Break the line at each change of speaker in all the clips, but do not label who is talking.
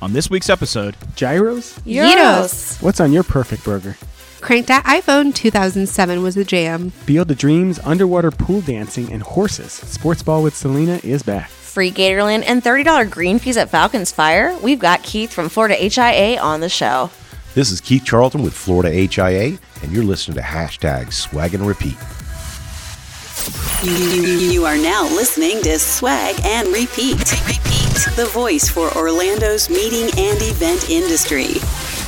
On this week's episode,
Gyros?
Yitos.
What's on your perfect burger?
Crank That iPhone 2007 was a jam.
Field of Dreams, underwater pool dancing, and horses. Sports Ball with Selena is back.
Free Gatorland and $30 green fees at Falcons Fire. We've got Keith from Florida HIA on the show.
This is Keith Charlton with Florida HIA, and you're listening to hashtag swag and repeat.
You, you are now listening to Swag and Repeat. Repeat. The voice for Orlando's meeting and event industry.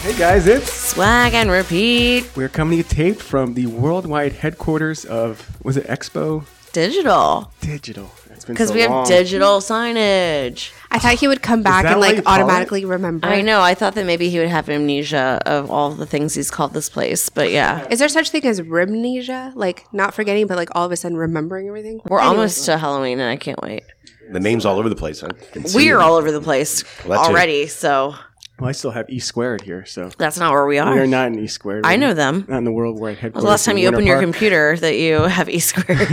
Hey guys, it's.
Swag and repeat
We're coming to you taped from the worldwide headquarters of, was it Expo
digital
Digital? It's been
because
so
we have
long.
digital signage.
I thought he would come back
that
and
what
like
you call it?
automatically remember.
I know. I thought that maybe he would have amnesia of all the things he's called this place, but yeah,
Is there such thing as rimnesia? Like not forgetting, but like all of a sudden remembering everything?
we're
Anyway.
almost to Halloween, and I can't wait.
The name's all over the place, huh?
We are all over the place
Well, that's it.
already, so
Well, I still have E squared here, so.
that's not where we are.
We are not in E squared.
I know them.
Not in the worldwide
When was
headquarters.
the last time
in
you
Winter
opened your
Park.
computer that you have E squared?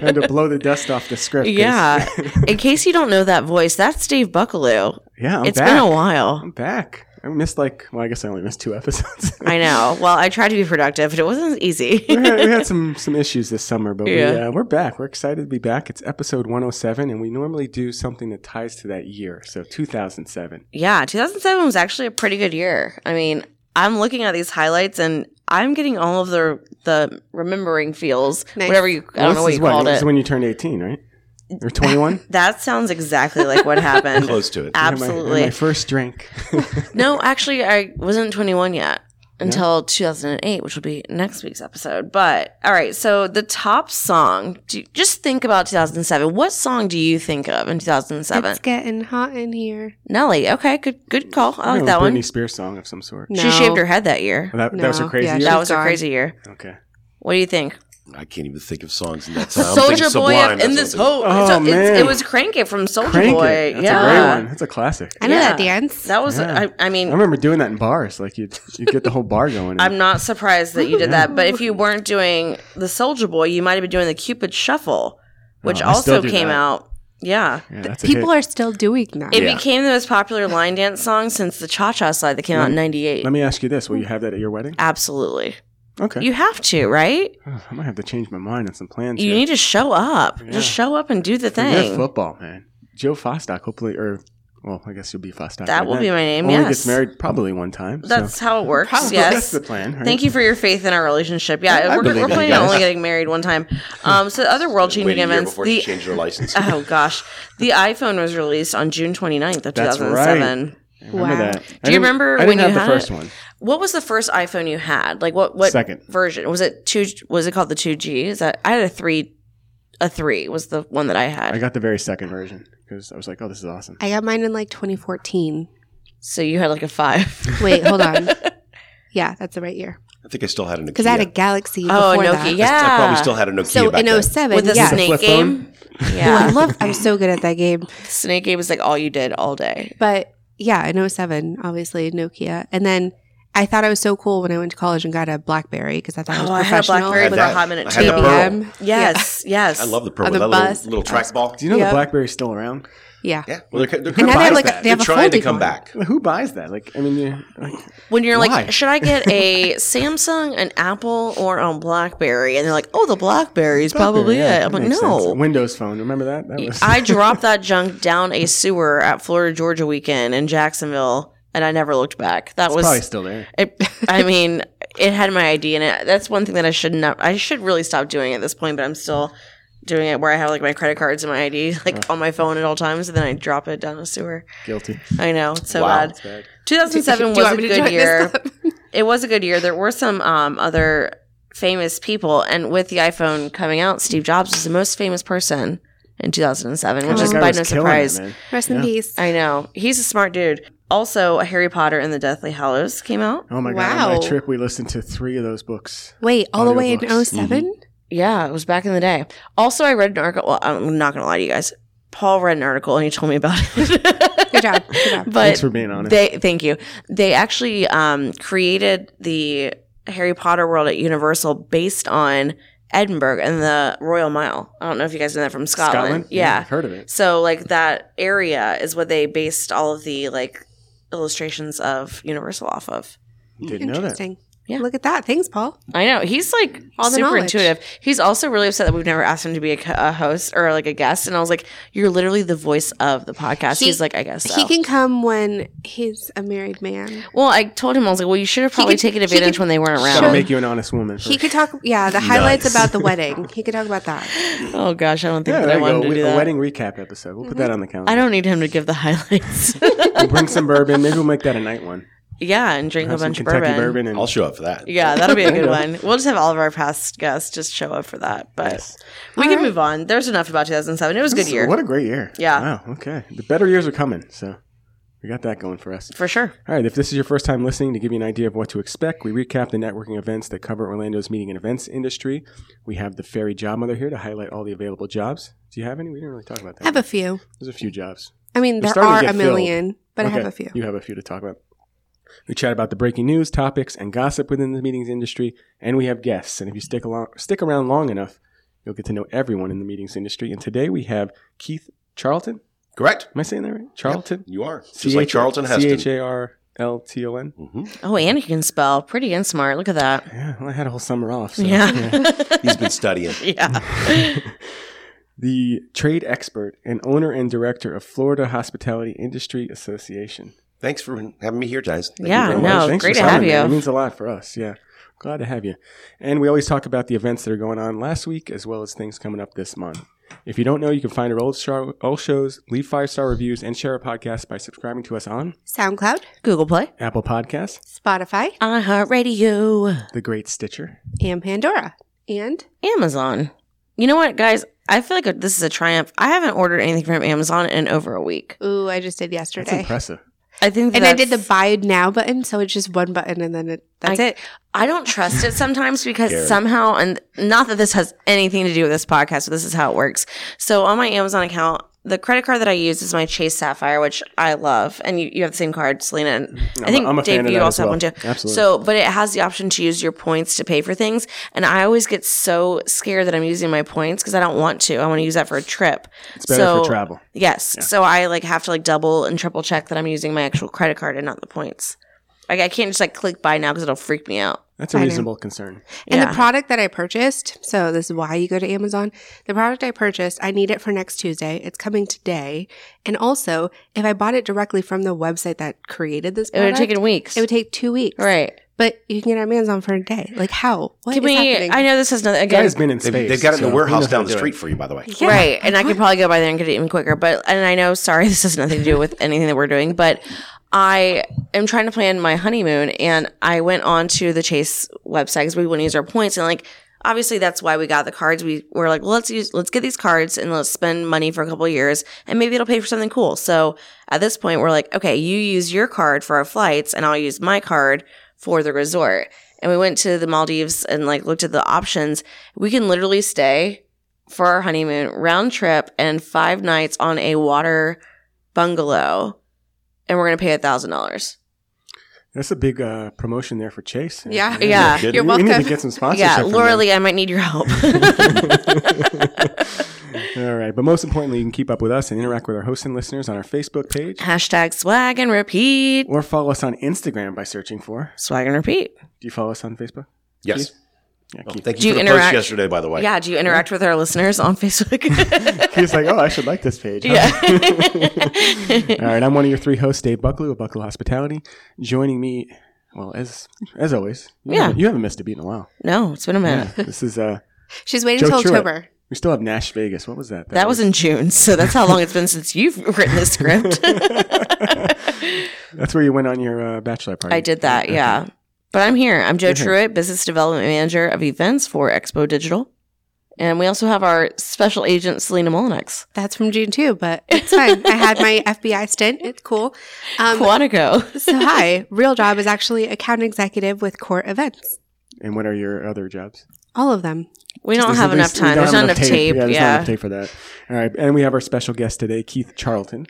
Time to blow the dust off the script. 'cause-
yeah. In case you don't know that voice, that's Dave Buckaloo.
yeah, I'm
It's
back.
been a while.
I'm back. I missed like, well, I guess I only missed two episodes.
I know. Well, I tried to be productive, but it wasn't easy.
we, had, we had some some issues this summer, but we,
Yeah.
uh, we're back. We're excited to be back. It's episode 107, and we normally do something that ties to that year. So 2007.
yeah, 2007 was actually a pretty good year. I mean, I'm looking at these highlights and I'm getting all of the the remembering feels,
Nice.
whatever you I
Well,
don't know what
is
you called
This
it.
is when you turned 18, right? Or 21?
that sounds exactly like what happened.
close to it.
And my- and
Absolutely. Oh,
My, first drink.
No, actually, I wasn't 21 yet until 2008, which will be next week's episode. But all right, so the top song, do you- just think about 2007. What song do you think of in 2007?
It's getting hot in here.
Nelly. Okay, good good call. I like
a
that
Britney
one.
Spears song of some sort.
No.
She shaved her head that year.
That, that was her
No.
crazy
Yeah,
year?
That
she's
was a
gone.
crazy year.
okay.
What do you think?
I can't even think of songs in that time.
Soldier Boy up in this
whole.
hole.
Oh,
so It's,
man.
it was Crank It from Soldier
Crank
Oh, Boy.
It. That's
yeah.
a great one. That's a classic.
I know that
Yeah.
dance.
That was,
Yeah.
I, I
I
mean,
remember doing that in bars. Like you'd, you'd get the whole bar going.
I'm not surprised that you did that, but if you weren't doing the Soldier Boy, you might have been doing the Cupid Shuffle, which
Oh, I still
also
do
came
that.
out. Yeah.
yeah, that's a hit.
People are still doing that.
It
Yeah.
became the most popular line dance song since the Cha Cha slide that came out in 98.
Let me ask you this: Will you have that at your wedding?
Absolutely.
Okay.
You have to, right?
Oh, I might have to change my mind on some plans.
You
here.
need to show up. Just show up and do the
Forget
thing.
football, man. Joe Fostock, hopefully, or well, I guess you'll be Fostock.
That
by
will
then.
be my name,
Only
yes.
gets married probably one time. so-
That's how it works.
Probably.
Yes.
that's the plan. Right?
Thank you for your faith in our relationship. Yeah,
I
we're,
believe
we're
in you
planning on
guys.
only getting married one time. Um, so the other world
Wait
changing
a year
events.
before
The
she changed her license.
oh gosh, the iPhone was released on June 29th of
That's right.
2007.
I remember
Wow.
that. I
Do
you
didn't- I
remember
didn't
when you
have
had
the first
it?
one.
What was the first iPhone you had? Like what what
Second.
version? Was it 2 was it called the 2G? Is that I had a 3 a 3 was the one that I had.
I got the very second version because I was like, "Oh, this is awesome."
I got mine in like 2014.
so you had like a 5.
Wait, hold on. Yeah, that's the right year.
I think I still had an Nokia.
Because I had a Galaxy
oh,
before
a
that.
Nokia. Yeah.
I probably still had a Nokia
So
back then.
in 07,
with the
yeah.
snake
flip
game.
Oh, I
Yeah.
love. I'm so good at that game.
snake game was like all you did all day.
But yeah, in 07, obviously Nokia, and then I thought I was so cool when I went to college and got a BlackBerry because I thought I was
Oh, I had a
professional.
BlackBerry
I had
for
that.
a hot minute
I had the
too.
Pearl.
BBM.
Yes, yes.
I love the Pro
On
with
the
that little,
bus.
little trackball.
Do you know
Yeah.
the BlackBerry's still around?
Yeah.
Yeah, well, they're, they're,
now they
buys
have, like,
that.
they have
They're
a
trying to
folding
come
one.
back.
Who buys that? Like, I mean, you're, like,
when you're
Why?
like, should I get a Samsung, an Apple, or a BlackBerry? And they're like, oh, the BlackBerry is probably
yeah,
it.
that
I'm like,
makes sense.
no.
Windows Phone. Remember that? That was
I dropped that junk down a sewer at Florida Georgia weekend in Jacksonville, and I never looked back. That
it's probably
was,
still there.
it, I mean, it had my ID in it. That's one thing that I should not. I should really stop doing at this point, but I'm still doing it where I have like my credit cards and my ID like on my phone at all times, and then I drop it down a sewer.
Guilty.
I know, it's so
Wow.
bad. 2007
Do you
was a
want me to join
good
this
year.
club?
It was a good year. There were some um, other famous people, and with the iPhone coming out, Steve Jobs was the most famous person in 2007, which
Oh.
is
That guy
by
was
no
killing it,
surprise.
man.
Rest
Yeah.
in peace.
I know he's a smart dude. Also, Harry Potter and the Deathly Hallows came out.
Oh my god! On
Wow.
my trip, we listened to three of those books. Mm-hmm.
Wait, all the way in oh
Audiobooks.
7
Yeah, it was back in the day. Also, I read an article. Well, I'm not gonna lie to you guys. Paul read an article and he told me about it.
Good job. Good job.
But
Thanks for being honest.
They thank you. They actually um, created the Harry Potter world at Universal based on Edinburgh and the Royal Mile. I don't know if you guys know that from Scotland. Yeah.
I've heard of it.
So like that area is what they based all of the like illustrations of Universal off of.
Didn't know that.
Interesting.
Yeah.
Look at that. Thanks, Paul.
I know he's like
All the
super
knowledge.
intuitive. He's also really upset that we've never asked him to be a, co- a host or like a guest. And I was like, "You're literally the voice of the podcast."
He-
he's like, "I guess so."
He can come when he's a married man.
well, I told him I was like, "Well, you should have probably
could-
taken
he
advantage
could
when they weren't
Gotta
around."
make you an honest woman.
He could talk, yeah, the highlights about the wedding. He could talk about that.
oh gosh, I don't think
yeah,
that I
there you
wanted
go.
to
We-
do
A
that. Mm-hmm.
wedding recap episode. We'll put that on the calendar.
I don't need him to give the highlights.
We'll bring some bourbon. Maybe we'll make that a night one.
yeah, and drink
Have
a
some
bunch of
Kentucky
bourbon.
and
I'll show up for that.
Yeah, that'll be a good
Yeah.
one. We'll just have all of our past guests just show up for that. But we can move on. There's enough about 2007. It was a good
So
year
What a great year.
Yeah.
Wow. Okay. The better years are coming. So we got that going for us.
for sure.
All right. If this is your first time listening, to give you an idea of what to expect, we recap the networking events that cover Orlando's meeting and events industry. We have the Fairy Job Mother here to highlight all the available jobs. Do you have any? We didn't really talk about
I
that.
have a few.
There's a few jobs.
I mean, there
starting to
are
get
a
filled.
million, but I have
Okay,
a few.
You have a few to talk about. We chat about the breaking news, topics, and gossip within the meetings industry, and we have guests. And if you stick along, stick around long enough, you'll get to know everyone in the meetings industry. And today we have Keith Charlton.
Correct.
Am I saying that right? Charlton.
You are. Just like Charlton
C H
Heston.
A R L T O N.
Oh, and he can spell pretty and smart. Look at that.
Yeah, well, I had a whole summer off. So.
Yeah.
He's been studying.
yeah.
The trade expert and owner and director of Florida Hospitality Industry Association.
Thanks for having me here, guys. Thank you
Yeah,
very
no,
much.
Well, thanks
great
for
to have
coming, man.
you.
It means a lot for us. Yeah. Glad to have you. And we always talk about the events that are going on last week as well as things coming up this month. If you don't know, you can find our old, show, old shows, leave five star reviews, and share our podcast by subscribing to us on
SoundCloud,
Google Play,
Apple Podcasts,
Spotify,
iHeartRadio,
The Great Stitcher.
and Pandora. And
Amazon. You know what, guys? I feel like this is a triumph. I haven't ordered anything from Amazon in over a week.
ooh, I just did
That's
yesterday.
impressive.
I think,
And I
that's-
did the buy now button, so it's just one button, and then it, that's
I-
it.
I don't trust it sometimes because
Scary.
somehow, and not that this has anything to do with this podcast, but this is how it works. So on my Amazon account, the credit card that I use is my Chase Sapphire, which I love, and you, you have the same card, Selena. And I
I'm-
think
I'm a fan
Dave,
of
you
that
also
as
have
well.
one too.
Absolutely.
So, but it has the option to use your points to pay for things, and I always get so scared that I'm using my points because I don't want to. I want to use that for a trip.
It's better for travel.
Yes. So I like have to like double and triple check that I'm using my actual credit card and not the points. Like I can't just like click buy now because it'll freak me out.
That's a
I know.
reasonable concern.
And
Yeah.
the product that I purchased, so this is why you go to Amazon. The product I purchased, I need it for next Tuesday. It's coming today. And also, if I bought it directly from the website that created this
It would
product,
have taken weeks.
it would take two weeks.
right.
But you can get it on Amazon for a day. Like how? What
Can
is
we?
happening?
I know this has nothing
The
again.
guy's been in
They've,
space.
they've got it in
so
the
he
warehouse
knows how
down
to
the
do it.
street for you, by the way.
Yeah.
Right. And I could probably go by there and get it even quicker. But, and I know, sorry, this has nothing to do with anything that we're doing, but I am trying to plan my honeymoon and I went on to the Chase website because we want to use our points. And like, obviously that's why we got the cards. We were like, well, let's use, let's get these cards and let's spend money for a couple of years and maybe it'll pay for something cool. So at this point, we're like, okay, you use your card for our flights and I'll use my card for the resort. And we went to the Maldives and like looked at the options. We can literally stay for our honeymoon round trip and five nights on a water bungalow and we're gonna pay a thousand dollars
That's a big uh, promotion there for Chase.
yeah.
Yeah. Yeah.
You're
We-
You're
we need to
welcome.
get some sponsorship.
yeah
from
laura
them.
lee i might need your help
All right. But most importantly, you can keep up with us and interact with our hosts and listeners on our Facebook page
hashtag swag and repeat
or follow us on Instagram by searching for.
swag and repeat
Do you follow us on Facebook?
Yes.
Yeah,
Oh,
Keith.
thank
Do
you
you
for the
interact-
post yesterday, by the way.
yeah do you interact with our listeners on facebook
He's like, oh, I should like this page. huh?"
yeah
All right. I'm one of your three hosts, Dave Bucklew of Bucklew Hospitality. Joining me, well, as as always, you
Yeah.
haven't- you haven't missed a beat in a while.
no it's been a minute
This is uh,
She's waiting
Joe
until
Truitt.
October.
we still have Nash Vegas. What was that?
that was in june so that's how long it's been since you've written the script
That's where you went on your uh, bachelor party.
I did that, yeah. But I'm here. I'm Joe Truitt, Business Development Manager of Events for Expo Digital. And we also have our special agent, Selena Molinex.
That's from June too, but it's fine. I had my FBI stint. It's cool. Um,
Quantico.
So hi, real job is actually account executive with Court Events.
And what are your other jobs?
All of them.
We don't
There's-
have enough time. There's not enough tape.
Yeah, there's not
Yeah.
enough tape for that. All right, and we have our special guest today, Keith Charlton.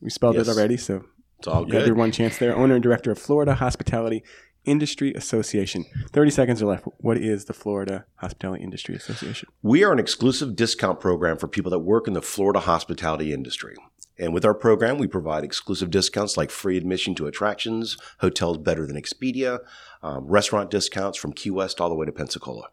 We spelled
Yes.
it already, so
It's all
you had your
good.
one chance there. Owner and director of Florida Hospitality Industry Association. Thirty seconds are left. What is the Florida Hospitality Industry Association?
We are an exclusive discount program for people that work in the Florida hospitality industry. And with our program, we provide exclusive discounts like free admission to attractions, hotels better than Expedia, um, restaurant discounts from Key West all the way to Pensacola.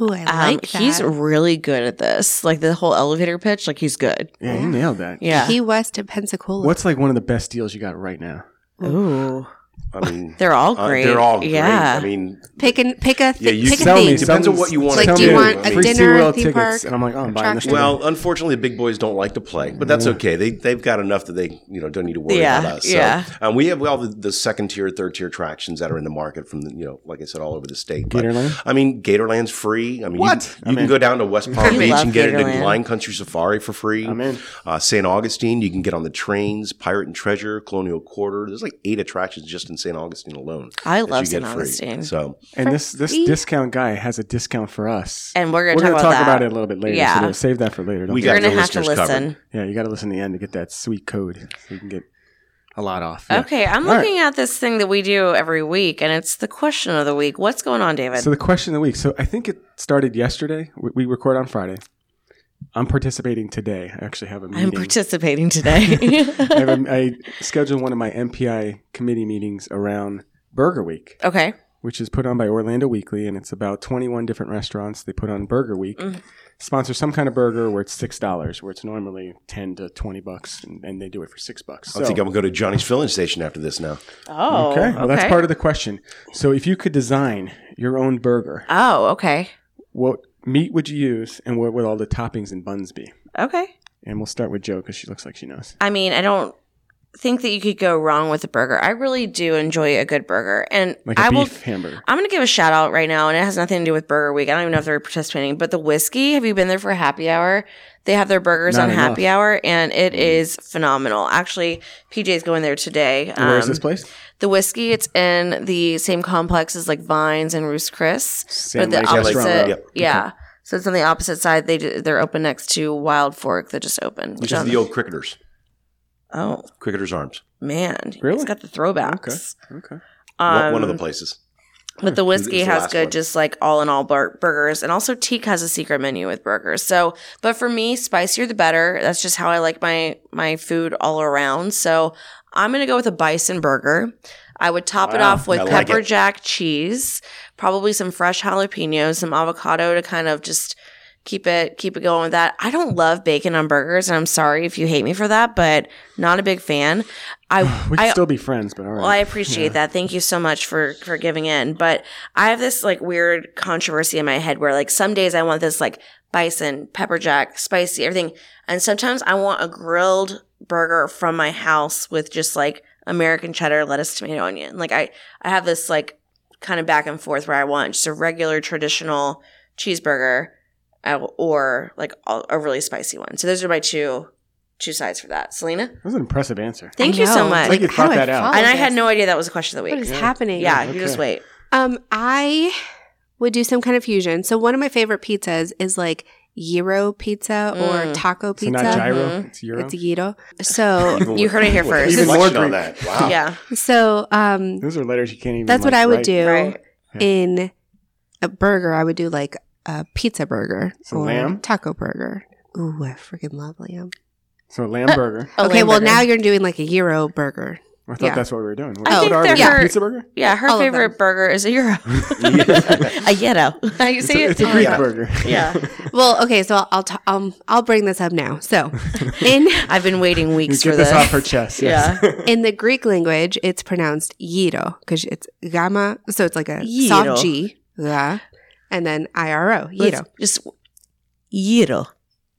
Ooh, I
Um,
like
he's
that.
really good at this. Like the whole elevator pitch, like he's good.
Yeah, you nailed that.
Yeah.
Key West to Pensacola.
What's like one of the best deals you got right now?
Ooh.
I mean,
They're all
uh,
Oh, great.
they're all great.
Yeah.
I mean,
pick an pick a
Yeah,
th-
you
pick a
sell
thing.
me Depends on what you want
Like,
Tell
do you
me.
want a
Free
dinner,
SeaWorld
theme
tickets,
park,
And I'm like, oh, I'm buying this.
attraction?
ticket.
well, unfortunately, the big boys don't like to play, but that's okay. They they've got enough that they you know don't need to worry
Yeah,
about us. So,
yeah.
um, we have all the, the second tier, third tier attractions that are in the market from the, you know, like I said, all over the state. But,
Gatorland?
I mean, Gatorland's free. I mean,
What?
you,
I'm
can- you
in.
can go down to West Palm
I
Beach
love
and get into
Gatorland.
Lion Country Safari for free.
I'm in.
Uh, St. Augustine, you can get on the trains, Pirate and Treasure, Colonial Quarter. There's like eight attractions just in St. Augustine alone.
I
that
love
you get
St.
free.
Augustine.
So
And this this
free.
discount guy has a discount for us.
And we're gonna
We're
talk,
gonna
about,
talk
that.
about it a little bit later.
Yeah.
So save that for later. Don't
We
we
got
You're
your
gonna have to
listeners covered.
listen.
yeah, you got to listen to the end to get that sweet code. So you can get a lot off. Yeah.
Okay, I'm
All right.
looking at this thing that we do every week, and it's the question of the week. What's going on, David?
So the question of the week. So I think it started yesterday. We, we record on Friday. I'm participating today. I actually have a meeting.
I'm participating today.
I, have a, I scheduled one of my MPI committee meetings around Burger Week,
okay.
which is put on by Orlando Weekly, and it's about 21 different restaurants. They put on Burger Week, sponsor some kind of burger where it's six dollars, where it's normally 10 to 20 bucks, and, and they do it for six bucks.
I think I'm gonna go to Johnny's filling station after this now.
Oh.
okay. Well, that's part of the question. So if you could design your own burger,
Oh, okay.
what meat would you use, and what would all the toppings and buns be?
Okay.
And we'll start with Joe because she looks like she knows.
I mean, I don't think that you could go wrong with a burger. I really do enjoy a good burger, and
Like a
I will.
beef hamburger.
I'm going to give a shout out right now, and it has nothing to do with Burger Week. I don't even know if they're participating, but the whiskey. Have you been there for happy hour? They have their burgers
Not
on
enough. Mm-hmm.
happy hour, and it is phenomenal. Actually, PJ's going there today.
And Where is
Um,
this place?
The whiskey, it's in the same complex as like Vines and Roost Chris,
Same
but the
like restaurant
opposite.
row.
Yep.
Yeah. So it's on the opposite side. They d- they're open next to Wild Fork that just opened.
Which
Which
is
I'm-
the old cricketers.
oh
Cricketers Arms.
man,
Really?
It's got the throwbacks.
Okay.
One- one of the
Um,
places.
But the
It's-
whiskey
it's the
has
last
good,
one.
just like all in all bur- burgers. And also, Teak has a secret menu with burgers. So, but for me, spicier the better. That's just how I like my my food all around. So, I'm gonna go with a bison burger. I would top it
Wow,
off with
I like
pepper
it.
jack cheese, probably some fresh jalapenos, some avocado to kind of just keep it keep it going with that. I don't love bacon on burgers, and I'm sorry if you hate me for that, but not a big fan. I
We could
I
still be friends, but all right.
well, I appreciate that. Thank you so much for for giving in. But I have this like weird controversy in my head where like some days I want this like bison, pepper jack, spicy, everything, and sometimes I want a grilled burger from my house with just like American cheddar, lettuce, tomato, onion. Like I I have this like kind of back and forth where I want just a regular traditional cheeseburger uh, or like a a really spicy one. So those are my two two sides for that. Selena,
that was an impressive answer.
thank you
know.
so
It's
much.
like you
How
thought
do
that out.
follow
and I had
this?
no idea that was the question of the week.
What is happening?
Yeah,
Okay.
you just wait.
Um, I would do some kind of fusion. So one of my favorite pizzas is like gyro pizza or
Mm.
taco
So
pizza. mm-hmm.
not gyro,
Mhm.
it's euro.
It's gyro. So
You heard it here
Even
first.
with
Even more
reflection on
Greek.
that. Wow.
Yeah.
so um,
Those are letters you can't even.
that's what
like,
I would
write.
do
Right.
in a burger. I would do like a pizza burger
So
or
lamb?
taco burger. Ooh, I freaking love lamb.
So lamb burger.
A
okay,
lamb
well
burger.
now you're doing like a gyro burger.
I thought
Yeah.
that's what we were doing.
I
What
think
are we
they're
doing?
for-
pizza burger.
yeah, her
All of
favorite
them.
burger is a euro. a yetto. How you
It's
say
a,
it?
it's a Greek
Yeah.
burger.
Yeah.
Well, okay, so I'll I'll, t- um, I'll bring this up now. So in
I've been waiting
You
weeks
get
for
this
this.
off her chest. Yes.
in the Greek language, it's pronounced gyro because it's gamma, so it's like a
Gyro.
soft G, yeah, and then iro,
Let's
gyro.
Just yetto.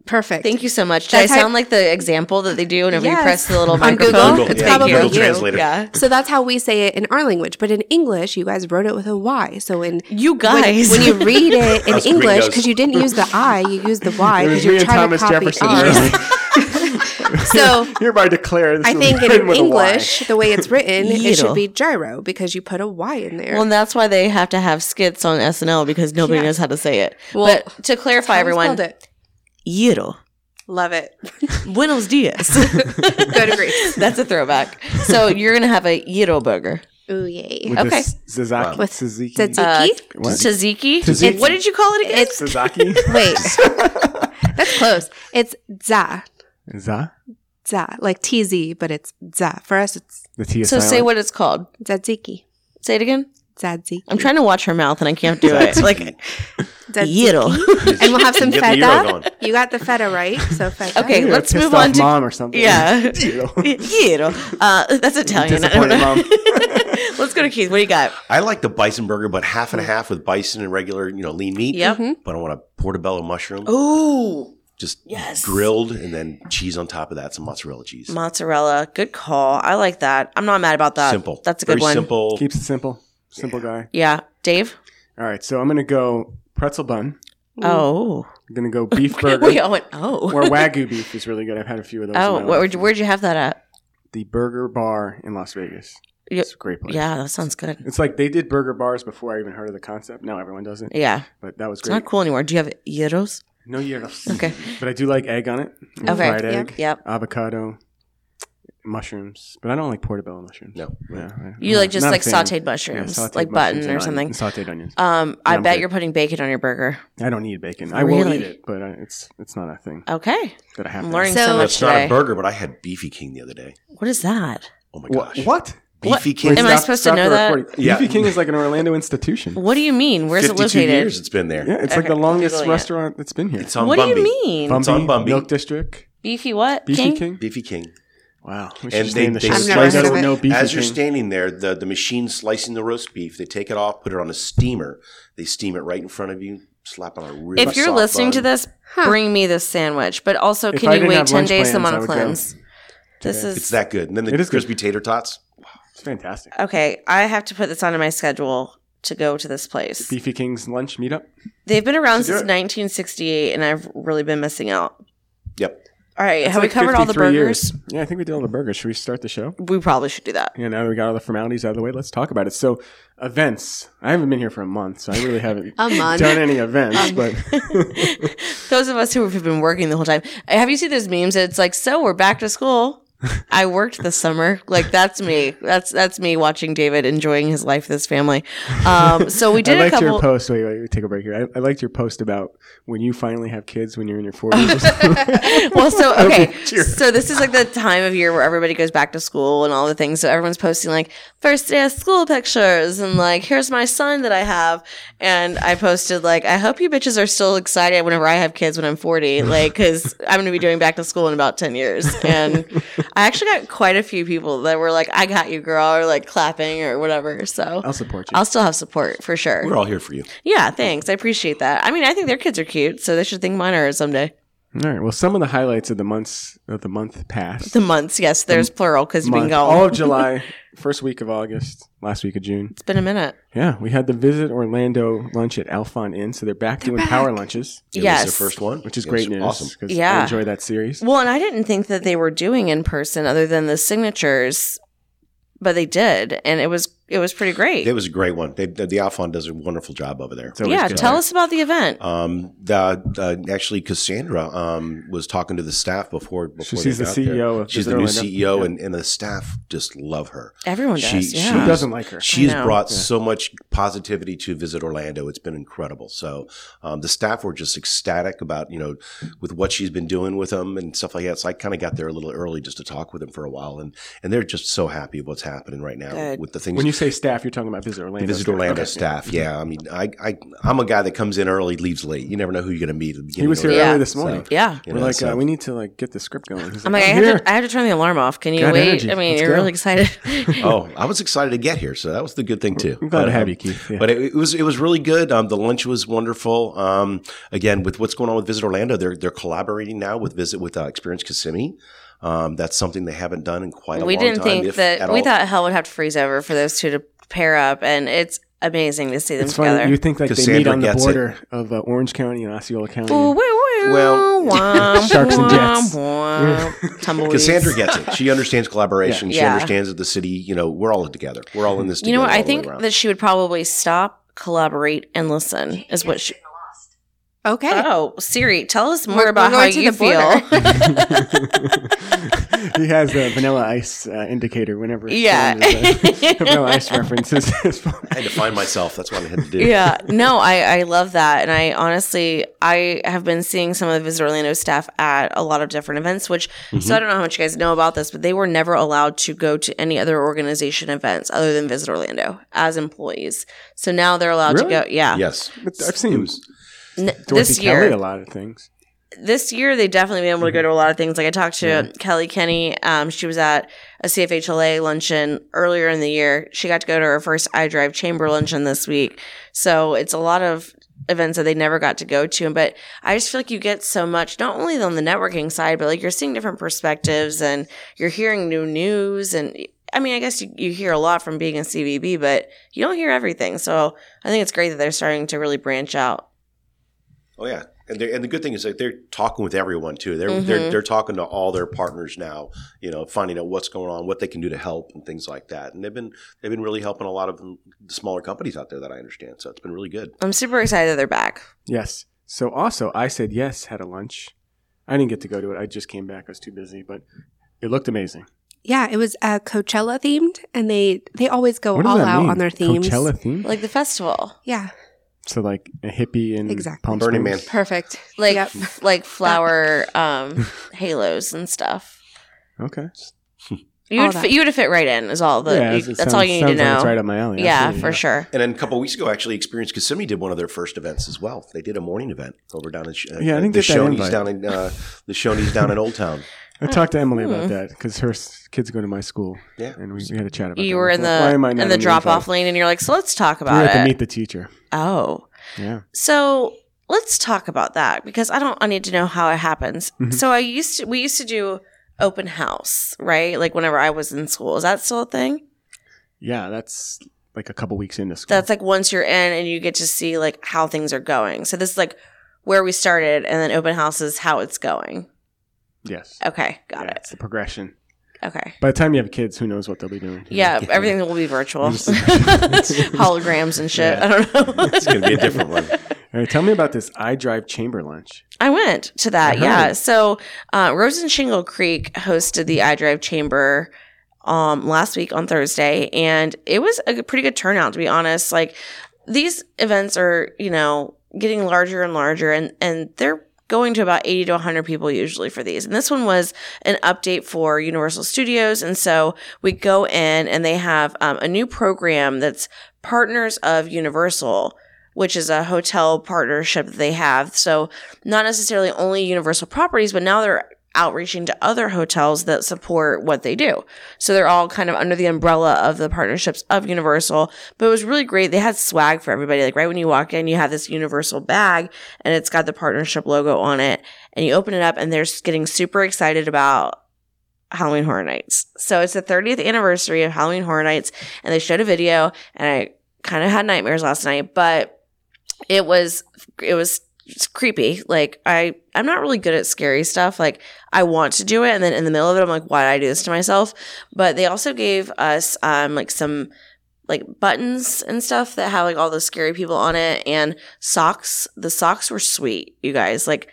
Perfect.
Thank you so much. Did
That's
I
how-
sound like the example that they do whenever
Yes.
you press the little
On
microphone?
Google?
It's
Thank
probably
you.
Google you. Translator.
Yeah.
So that's how we say it in our language, but in English, you guys wrote it with a Y. So in
You
when,
guys.
when you read it in
Us
English,
gringos.
because you didn't use the I, you used the Y
It was me
because you're
and
trying
Thomas
to copy
Jefferson.
ours. so
Hereby declare this
I
is
think
written
in
with a Y.
English, the way it's written, it
Gyro.
should be gyro because you put a Y in there.
Well, and that's why they have to have skits on SNL because nobody
Yeah.
knows how to say it.
Well,
but to clarify,
How
everyone,
spelled it.
yetto.
Love it.
Buenos dias.
Go to Greece.
That's a throwback. So you're gonna have a gyro burger.
Ooh, yay.
With
Okay.
the Sazaki.
With
Suzuki.
Uh,
Tzatziki?
What?
Tzatziki?
Tzatziki.
What did you call it again?
It's
Sazaki.
wait. That's close. It's za.
Za.
za, like TZ, but it's za. For us, it's
The T is
So say
silent.
what it's called.
tzatziki.
Say it again.
Tzatziki.
I'm trying to watch her mouth and I can't do it. Like Yidel.
Tzatziki. and we'll have some
Get the euro
feta.
going.
You got the feta right, so feta.
Okay,
You're a
let's
pissed
move
off
on to-
mom or something.
Yeah.
You know?
Yidel. Uh, that's Italian. I don't
Disappointed
know.
mom.
Let's go to Keith. What do you got?
I like the bison burger, but half and half with bison and regular, you know, lean meat.
Mm. Yep.
Mm-hmm.
But I want a portobello mushroom,
Ooh.
just
yes.
grilled, and then cheese on top of that, some mozzarella cheese.
Mozzarella. Good call. I like that. I'm not mad about that.
simple.
uh, That's a good
Very
one.
Simple.
Keeps it simple. Simple guy.
Yeah. Dave?
All right, so I'm gonna go pretzel bun.
Oh.
I'm gonna go beef
We
burger.
all went, oh.
or wagyu beef is really good. I've had a few of those. in my
oh,
life.
where'd you, where'd you have that at?
the Burger Bar in Las Vegas?
Yeah.
It's a great place.
Yeah, that sounds good.
It's like they did burger bars before I even heard of the concept. Now everyone does it,
Yeah.
but that was
It's
great.
not cool anymore. Do you have gyros?
No years.
Okay.
But I do like egg on it. Like
Okay,
Fried egg,
Yep.
avocado, mushrooms. But I don't like portobello mushrooms.
No.
Yeah, I-
You
I'm
like
not-
just
not a
like
fan.
sauteed
Yeah,
mushrooms,
sauteed
like
mushrooms
button
and
or
onion-
something.
Sauteed onions.
Um, I
I'm
bet
good.
you're putting bacon on your burger.
I don't need bacon. I will
Really?
eat it, but I, it's it's not a thing
Okay.
that I have.
I'm
to
learning
have.
so,
So-
much
That's not
today.
a burger, but I had Beefy King the other day.
What is that?
Oh my
Wha-
gosh.
What?
Beefy
What?
King.
Am I supposed to
stop
know
the
that?
recording.
Yeah.
Beefy King is like an Orlando institution.
What do you mean? Where's it
52
located?
years it's been there.
Yeah, it's like
Okay,
the longest
Googling it.
restaurant that's been here.
It's on
what
Bumby.
do you mean?
It's on Bumby.
Milk District,
Beefy what?
Beefy King.
Beefy King.
Wow. We should
And
just
they,
name the
they
show
I've never
slice
heard
it.
of
Don't
it.
Know Beefy
As you're
King.
standing there, the, the machine slicing the roast beef, they take it off, put it on a steamer, they steam it right in front of you, slap on a really
If you're
soft
listening to
bun.
this, bring me this sandwich. But also,
If
can
I
you
didn't
wait
have
10
lunch
days? I'm
plans,
on
I
a
would go
cleanse. This is
it's that good. And then the
It is good.
crispy tater tots.
It's fantastic.
okay. I have to put this onto my schedule to go to this place.
Beefy King's lunch meetup.
They've been around
Should do
since
it.
1968, and I've really been missing out.
Yep.
All right,
It's
have
like
we covered all the
53
burgers?
years. Yeah, I think we did all the burgers. Should we start the show?
We probably should do that.
Yeah, now that we got all the formalities out of the way, let's talk about it. So, events. I haven't been here for a month, so I really haven't
A month.
done any events. But
Those of us who have been working the whole time. Have you seen those memes? It's like, so we're back to school. I worked this summer. Like that's me. That's that's me watching David enjoying his life, with his family. Um, so we
I
did a
liked your
couple.
post. Wait, wait, take a break here. I, I liked your post about when you finally have kids when you're in your 40s.
well, so okay,
Cheer.
so this is like the time of year where everybody goes back to school and all the things. So everyone's posting like first day of school pictures and like here's my son that I have. And I posted like I hope you bitches are still excited whenever I have kids when I'm 40, like because I'm gonna be doing back to school in about 10 years. And I actually got quite a few people that were like, "I got you, girl," or like clapping or whatever. So
I'll support you.
I'll still have support for sure.
We're all here for you.
yeah, thanks. I appreciate that. I mean, I think their kids are cute, so they should think mine are someday.
all right. Well, some of the highlights of the months of the month past.
The months, yes, there's plural because you've been
Month. Oh.
gone.
all of July, first week of August, last week of June.
it's been a minute.
Yeah, we had the Visit Orlando lunch at Alphon Inn, so they're back doing power lunches,
It
yes.
was their first one,
which is
It
great
was
news.
Awesome.
'cause I
Yeah.
enjoy that series.
Well, and I didn't think that they were doing in person other than the signatures, but they did, and it was it was pretty great.
It was a great one. They, the, the Alphon does a wonderful job over there.
It's always
yeah,
good.
tell us about the event.
Um, the, uh, actually, Cassandra um, was talking to the staff before. before
She
they
she's the
got
CEO
there.
of
She's
Visit
the new
Orlando.
CEO,
Yeah.
and, and the staff just love her.
Everyone
she-
does.
she
Who
yeah.
does-
doesn't like her?
She
know.
has brought so much positivity to Visit Orlando. It's been incredible. So um, the staff were just ecstatic about you know with what she's been doing with them and stuff like that. So I kind of got there a little early just to talk with them for a while, and and they're just so happy with what's happening right now
Good.
with the things.
When you say staff, you're talking about Visit Orlando.
Visit
staff.
Orlando
Okay.
staff, yeah. I mean, I, I, I'm a guy that comes in early, leaves late. You never know who you're going to meet. At the
He
beginning
was
of
here
the
Yeah.
earlier
day.
this
So,
morning.
yeah.
you
We're
know,
like,
so-
uh, we need to like get the script going. He's
I'm like, I
"I'm
have,
here."
to, I have to turn the alarm off. Can you
Got
wait?
energy.
I mean,
Let's
you're
go.
really excited.
oh, I was excited to get here, so that was the good thing too.
I'm glad to
But,
have
um,
you, Keith. Yeah.
But it, it was it was really good. Um, the lunch was wonderful. Um, again, with what's going on with Visit Orlando, they're they're collaborating now with Visit with uh, Experience Kissimmee. Um, that's something they haven't done in quite a
we
long
didn't
time.
think
if
that
at
we
all.
thought hell would have to freeze over for those two to pair up, and it's amazing to see them
it's
together.
funny. You think like they meet
Cassandra
on the
gets it.
border of uh, Orange County and Osceola County.
Ooh, woo, woo,
Well-
womp,
Sharks and
womp,
jets.
womp. Tumbleweeds.
Cassandra gets it. She understands collaboration. She
Yeah.
understands that the city. You know, we're all together. We're all in this.
You know what?
together
I
all the way
think
around.
that she would probably stop, collaborate, and listen. Is what she.
Okay.
Oh, Siri, tell us more
We're-
about
we're
how
going to
you
the
feel.
border.
he has the vanilla ice uh, indicator whenever. it's
Yeah.
going to the vanilla ice references.
I had to find myself. That's what I had to do.
yeah. No, I, I love that. And I honestly, I have been seeing some of the Visit Orlando staff at a lot of different events, which,
Mm-hmm.
so I don't know how much you guys know about this, but they were never allowed to go to any other organization events other than Visit Orlando as employees. So now they're allowed
Really?
to go. Yeah.
Yes.
But I've seen
It was-
N-
Dorothy
this
Kelly
year,
a lot of things.
this year they definitely been able to go to a lot of things. Like I talked to Kelly Kenny. Um, she was at a CFHLA luncheon earlier in the year. She got to go to her first iDrive chamber luncheon this week. So it's a lot of events that they never got to go to. But I just feel like you get so much, not only on the networking side, but like you're seeing different perspectives and you're hearing new news. And I mean, I guess you, you hear a lot from being a CVB, but you don't hear everything. So I think it's great that they're starting to really branch out.
Oh yeah, and they and the good thing is that they're talking with everyone too. They're
Mm-hmm.
they're they're talking to all their partners now. You know, finding out what's going on, what they can do to help, and things like that. And they've been they've been really helping a lot of the smaller companies out there that I understand. So it's been really good.
I'm super excited that they're back.
Yes. So also, I said yes. Had a lunch. I didn't get to go to it. I just came back. I was too busy, but it looked amazing.
Yeah, it was uh, Coachella themed, and they they always go
What does
all
that
out
mean?
on their themes.
Coachella theme.
Like the festival.
Yeah,
so like a hippie and
Exactly.
Palm
Burning
Springs.
Man.
perfect.
like
Yep.
f- like flower um halos and stuff.
Okay.
You
All
would
that.
fit, you would have fit right in is all the you-
it
that's all
sounds-
you need
sounds
to know.
Like it's right up my alley.
yeah,
Absolutely,
for sure.
And then a couple weeks ago, actually, Experience Kissimmee did one of their first events as well. They did a morning event over down in Sh- uh,
Yeah, I didn't
the
get that
Shoney's
invite.
down in uh, the Shoney's down in Old Town.
I talked to Emily about
Mm-hmm.
that because her s- kids go to my school.
Yeah.
and we, we had a chat about.
You
that.
were in
Why
the
am I not
in the
on
drop off
invite?
lane and you're like, so let's talk
We were
about
at the
it.
meet the teacher.
oh.
Yeah,
So let's talk about that because I don't I need to know how it happens.
Mhm.
So I used to we used to do open house, right? Like whenever I was in school. Is that still a thing?
yeah. That's like a couple weeks into school.
That's like once you're in and you get to see like how things are going. So this is like where we started and then open house is how it's going.
yes.
Okay, got
Yeah,
it.
It's the progression.
Okay.
By the time you have kids, who knows what they'll be doing?
Yeah, everything will be virtual.
Just-
Holograms and shit. I don't know.
It's going to be a different one.
All right, tell me about this I drive chamber lunch.
I went to that.
I heard.
Yeah. So uh, Rose and Shingle Creek hosted the iDrive Chamber um, last week on Thursday, and it was a pretty good turnout, to be honest. Like these events are, you know, getting larger and larger, and and they're going to about 80 to 100 people usually for these. And this one was an update for Universal Studios, and so we go in and they have um, a new program that's Partners of Universal. Which is a hotel partnership that they have. So not necessarily only Universal properties, but now they're outreaching to other hotels that support what they do. So they're all kind of under the umbrella of the partnerships of Universal. But it was really great. They had swag for everybody. Like right when you walk in, you have this Universal bag and it's got the partnership logo on it. And you open it up and they're s- getting super excited about Halloween Horror Nights. So it's the 30th anniversary of Halloween Horror Nights and they showed a video and I kind of had nightmares last night, but it was it was it's creepy. Like I, I'm not really good at scary stuff. Like I want to do it, and then in the middle of it, I'm like, why did I do this to myself? But they also gave us um like some like buttons and stuff that have like all those scary people on it, and socks. The socks were sweet, you guys. Like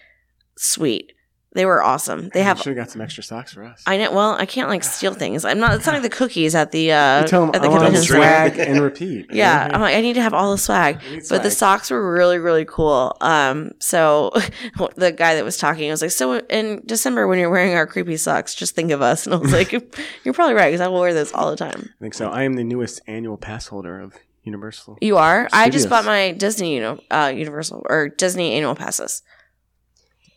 sweet. They were awesome. They have.
should have got some extra socks for us.
I know. Well, I can't like steal things. I'm not. It's not like the cookies at the uh
you tell them
at the
I want
convention
Convention
swag
Center.
and repeat.
yeah, I'm like, I need to have all the swag.
We need
But the
swag.
socks were really, really cool. Um, so the guy that was talking was like, "So in December, when you're wearing our creepy socks, just think of us." And I was like, "You're probably right because I will wear those all the time."
I think so. I am the newest annual pass holder of Universal.
You are. I just
Studios.
bought my Disney, you know, uh, Universal or Disney annual passes.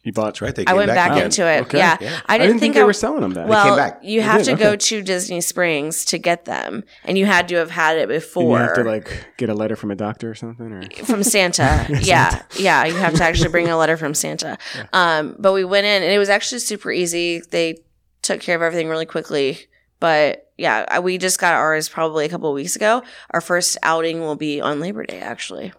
You bought
That's right. They
I
came
went back,
again.
into it.
Okay.
Yeah.
Yeah.
I didn't, think,
they
I
were selling them that.
Well,
back.
you
They
have
did,
to go
okay.
to Disney Springs to get them, and you had to have had it
And
before.
you have to like get a letter from a doctor or something, or
from Santa. yeah. Yeah. You have to actually bring a letter from Santa. Um, but we went in and it was actually super easy. They took care of everything really quickly. But yeah, I- we just got ours probably a couple of weeks ago. Our first outing will be on Labor Day, actually.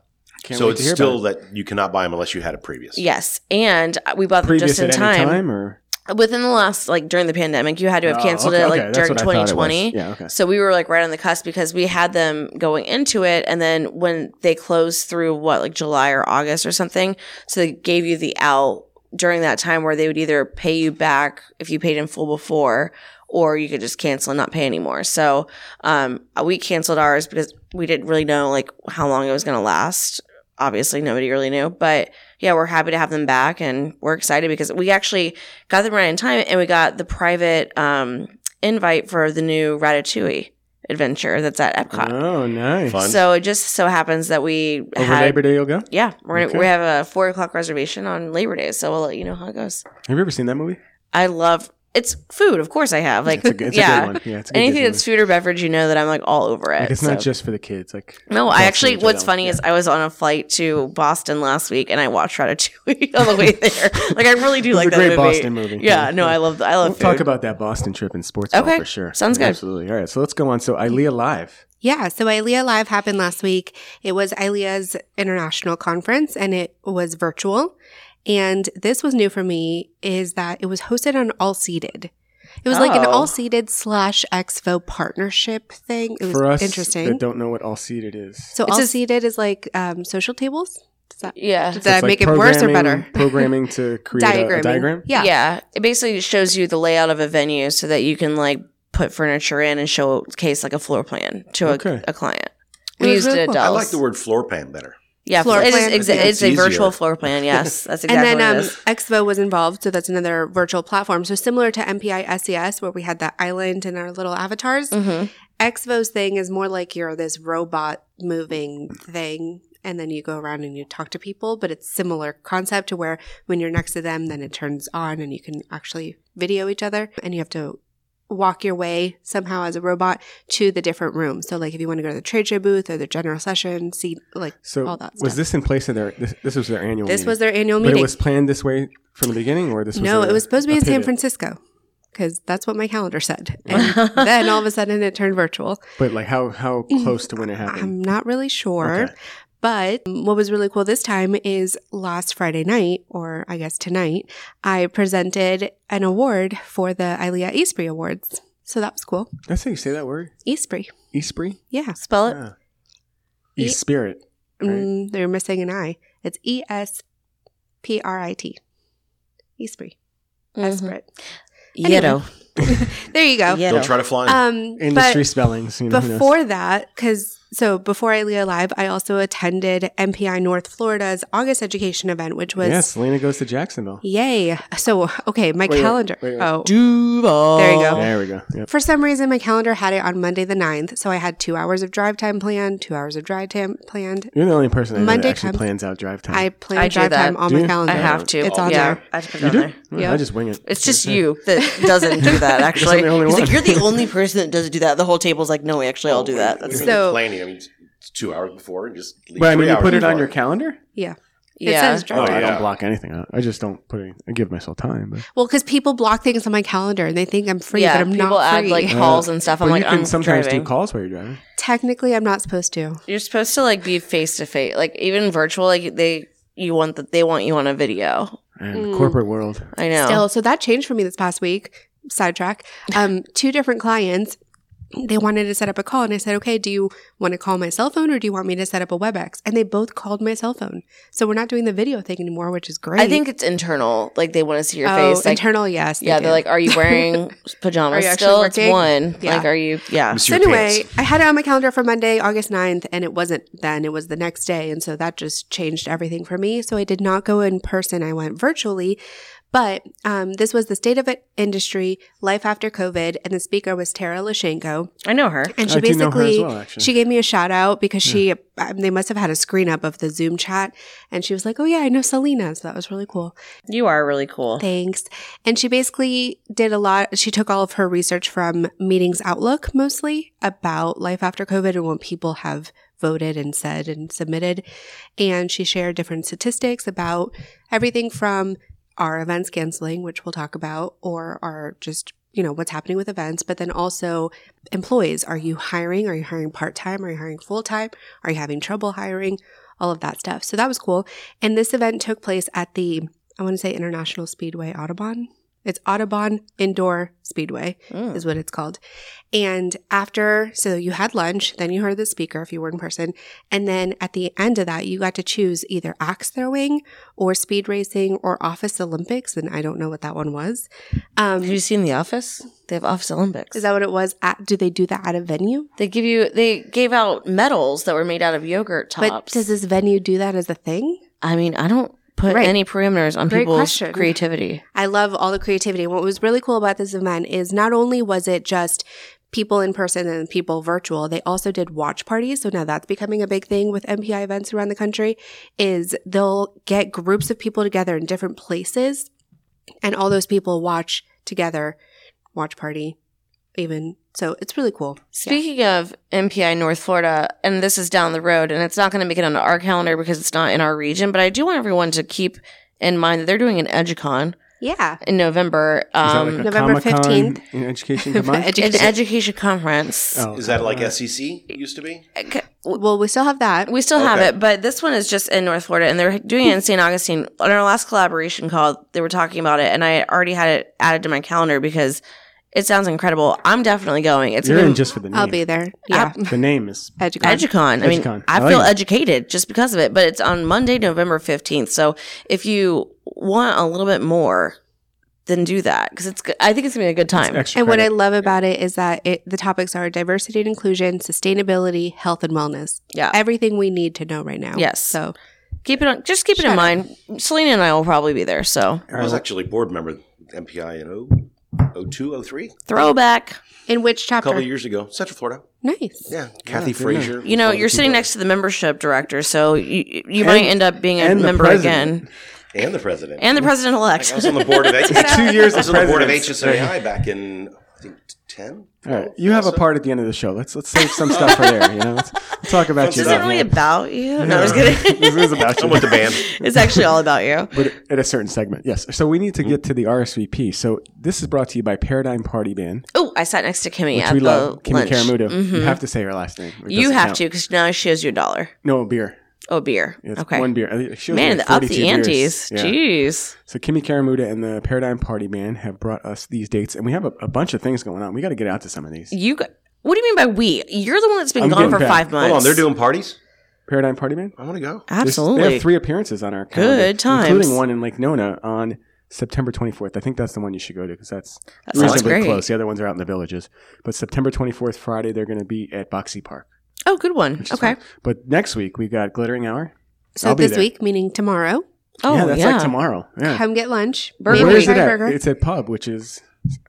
Can't
so
wait to
it's
hear about
still
it.
that you cannot buy them unless you had a previous.
Yes. And we bought them
previous
just in
at
time.
any time or
within the last like during the pandemic, you had to have
Oh,
canceled
okay,
it like
okay, that's
during
what I thought it was.
2020.
Yeah, okay.
So we were like right on the cusp because we had them going into it, and then when they closed through what like July or August or something, so they gave you the out during that time where they would either pay you back if you paid in full before, or you could just cancel and not pay anymore. So um, we canceled ours because we didn't really know like how long it was going to last. Obviously, nobody really knew, but yeah, we're happy to have them back, and we're excited because we actually got them right in time, and we got the private um, invite for the new Ratatouille adventure that's at Epcot.
Oh, nice.
Fun.
So it just so happens that we
Over
had,
Labor Day, you'll go.
yeah, we're gonna,
Okay.
we have a four o'clock reservation on Labor Day, so we'll let you know how it goes.
Have you ever seen that movie?
I love it's food, of course I have like
it's a, good- it's
yeah,
a good one. Yeah, it's a good
anything
Disney
that's food or beverage, you know that I'm like all over
movie.
it.
Like, it's
so.
not just for the kids. Like
No, I
adults
actually.
enjoy
What's
that one.
funny is I was on a flight to Boston last week, and I watched Ratatouille on the way there. like I really do
It's
like
a
that
great
movie.
Boston movie.
Yeah,
Yeah.
no, I love. I
We'll
love.
talk
food.
about that Boston trip in sports
Okay.
for sure.
Sounds good.
Absolutely. All right. So let's go on. So Ilea Live.
Yeah, so ILEA Live happened last week. It was ILEA's international conference and it was virtual. And this was new for me is that it was hosted on All Seated. It was like an
Oh.
All Seated slash Expo partnership thing. It was
for us that
interesting.
don't know what all seated is.
So
It's
All
just-
Seated is like um, social tables. Does that,
Yeah.
did
So
I
it's like
make it worse or
programming-
better?
Programming to create a, a
Diagramming.
diagram.
Yeah.
yeah. It basically shows you the layout of a venue so that you can like put furniture in and showcase like a floor plan to
Okay.
a, a client.
It
We
was
used
really
it
cool.
at
I
Dulles.
like the word floor plan better.
Yeah,
Floor
it is
plan.
exa-
I think
it's
it's
a
easier.
virtual floor plan. Yes, that's exactly
and
what
then
it
um,
is.
Expo was involved, so that's another virtual platform. So similar to MPI SES, E where we had that island and our little avatars.
Mhm.
Exvo's thing is more like you're this robot moving thing, and then you go around and you talk to people, but it's similar concept to where when you're next to them, then it turns on and you can actually video each other, and you have to walk your way somehow as a robot to the different rooms. So like if you want to go to the trade show booth or the general session, see like
So
all that
was
stuff.
this in place of their? This, this was their annual.
this
meeting.
was their annual
But
meeting.
it was planned this way from the beginning, or this?
no,
was a-
it was supposed to be
a
in San
pivot?
Francisco because that's what my calendar said. And then all of a sudden it turned virtual.
But like, how how
Mm-hmm.
close to when it happened?
I'm not really sure.
Okay.
But what was really cool this time is last Friday night, or I guess tonight, I presented an award for the ILEA Esprit Awards. So that was cool.
That's how you say that word.
Esprit.
Esprit. Ah.
Yeah.
Spell it.
Yeah.
E-
E spirit.
Mm, they're missing an I. It's E S P R I T. Esprit.
Mm-hmm.
Esprit. Anyway.
Yiddo.
There you go.
Yiddo.
Don't try to fly.
Uh,
Um,
Industry
but
spellings. You know, who knows?
before that, because so before ILEA Live, I also attended MPI North Florida's August education event, which was
yeah, Selena goes to Jacksonville.
Yay. So, okay, my
Wait, wait,
calendar.
wait, wait.
Oh.
Duval.
There you go.
There we go. Yep.
For some reason, my calendar had it on Monday the 9th. So I had two hours of drive time planned, two hours of drive time planned.
You're the only person I know that
Monday
actually
comes-
plans out drive time.
I
Hmm.
planned
I do
drive time
that.
on
Do
my
you?
calendar.
I have to.
It's on
yeah,
there.
I have to put it
You
on
do?
there.
Well,
Yeah.
I just wing it.
It's just you that doesn't do that. Actually,
I'm the only
He's like,
one.
you're the only person that doesn't do that. The whole table's like, no, actually, I'll do that. That's
So-
planning. I mean, it's two hours before and just. leave
But I mean,
three
you
hours
put it on
before.
your calendar.
Yeah. It
yeah.
says
Oh,
drive.
I
yeah.
don't block anything out. I just don't put any. I give myself time. But,
Well, because people block things on my calendar and they think I'm free,
yeah,
but I'm
people
not
add
free.
like calls and stuff. I'm
But
like,
you can
I'm
sometimes
driving.
do calls while you're driving.
Technically, I'm not supposed to.
You're supposed to like be face to face, like even virtual. Like they, you want that they want you on a video.
And
Hmm.
the corporate world.
I know.
Still, so that changed for me this past week. Sidetrack. Um, two different clients. They wanted to set up a call, and I said, "Okay, do you want to call my cell phone, or do you want me to set up a WebEx?" And they both called my cell phone, so we're not doing the video thing anymore, which is great.
I think it's internal. Like they want to see your
oh,
face. Like,
internal, yes,
yeah,
they
they're
do.
like, are you wearing pajamas
Are you actually
still? It's
working?
one.
Yeah.
Like, are you? Yeah.
It's
So
your
anyway,
pants.
I had it on my calendar for Monday, August 9th, and it wasn't then. It was the next day. And so that just changed everything for me. So I did not go in person. I went virtually. But um, this was the state of it- industry, life after COVID, and the speaker was Tara Lashenko.
I know her.
And
I
she
do know her as
basically
well, actually.
she gave me a shout out because she um, they must have had a screen up of the Zoom chat, and she was like, "Oh yeah, I know Selena," so that was really cool.
You are really cool.
Thanks. And she basically did a lot. She took all of her research from Meetings Outlook mostly about life after COVID and what people have voted and said and submitted. And she shared different statistics about everything from our events canceling, which we'll talk about, or our just, you know, what's happening with events, but then also employees. Are you hiring? Are you hiring part time? Are you hiring full time? Are you having trouble hiring? All of that stuff. So that was cool. And this event took place at the I want to say International Speedway Audubon. It's Audubon Indoor Speedway
Mm.
is what it's called. And after, so you had lunch, then you heard the speaker if you were in person. And then at the end of that, you got to choose either axe throwing or speed racing or Office Olympics. And I don't know what that one was. Um,
Have you seen The Office? They have Office Olympics.
is that what it was? At, do they do that at a venue?
they give you. They gave out medals that were made out of yogurt tops.
But does this venue do that as a thing?
I mean, I don't put
Right.
any parameters on
Great
people's
question.
creativity.
I love all the creativity. What was really cool about this event is not only was it just people in person and people virtual, they also did watch parties. So now that's becoming a big thing with MPI events around the country is they'll get groups of people together in different places and all those people watch together, watch party even. So it's really cool.
Speaking of MPI North Florida, and this is down the road, and it's not going to make it onto our calendar because it's not in our region, but I do want everyone to keep in mind that they're doing an EduCon
Yeah.
in November,
Is that
um,
like a
November
Comic-Con
15th.
in education combined?
an
Education.
education conference.
Oh,
Is that like
God.
SEC used to be?
Okay.
Well, we still have that.
We still have
Okay.
it, but this one is just in North Florida, and they're doing it in St. Augustine. On our last collaboration call, they were talking about it, and I already had it added to my calendar because it sounds incredible. I'm definitely going. It's
You're
gonna-
in just for the name.
I'll be there. Yeah.
The name is
Educon.
Educon. I mean,
Educon.
I
I
feel
like it.
educated just because of it, but it's on Monday, November 15th. So if you want a little bit more, then do that because it's. go- I think it's gonna be a good time.
extra.
And what I
credit.
love about it is that it, the topics are diversity and inclusion, sustainability, health and wellness.
Yeah.
Everything we need to know right now.
Yes.
So
Keep it on. Just keep it in
Shut up.
mind. Selena and I will probably be there. So
I was actually a board member of MPI in oh, oh two, oh three,
throwback.
in which
a couple
chapter?
of years ago, Central Florida.
Nice.
Yeah, Kathy
good enough.
Frazier.
You know, you're sitting next to the membership director, so you you might
And-
end up being a
and the
member
president.
again,
and the president.
and the president elect.
I was on the board of
Two years
I was
as
on the board of
president.
HSAI back in I think ten.
All right, you have a part at the end of the show. Let's let's save some stuff for there. You know, let's, let's talk about
This
you.
This isn't really about you. No, I was
this
kidding.
is about you.
I'm with the band.
it's actually all about you.
but at a certain segment, yes. So we need to get to the RSVP. So this is brought to you by Paradigm Party Band,
Oh, I sat next to Kimmy
which
at
we
the
love. Kimmy
lunch.
Caramudo. You
Mhm.
have to say her last name. or it
You
doesn't
have
count.
to because now she owes you a dollar.
No beer.
Oh, beer.
It's
okay.
one beer. I think she was
Man,
like
the up
42
the
beers.
antes.
Yeah.
Jeez.
So Kimmy Caramuda and the Paradigm Party Band have brought us these dates, and we have a, a bunch of things going on. We got to get out to some of these.
You. Got, what do you mean by we? You're the one that's been
I'm
gone
getting
for
back.
five months.
Hold on, they're doing parties.
Paradigm Party Band.
I want to go.
There's- They
absolutely.
have three appearances on our calendar,
Good times.
including one in Lake Nona on September 24th. I think that's the one you should go to because that's
That sounds
reasonably
great.
close. The other ones are out in the villages. But September 24th, Friday, they're going to be at Boxy Park.
Oh, good one.
which is
Okay.
fun. But next week we got Glittering Hour.
So
I'll be
this
there.
week, meaning tomorrow,
Oh,
yeah,
yeah.
that's like tomorrow. Yeah.
come get lunch.
Burger
Where
Maybe
is
Week.
it
try
at?
burger.
It's at Pub, which is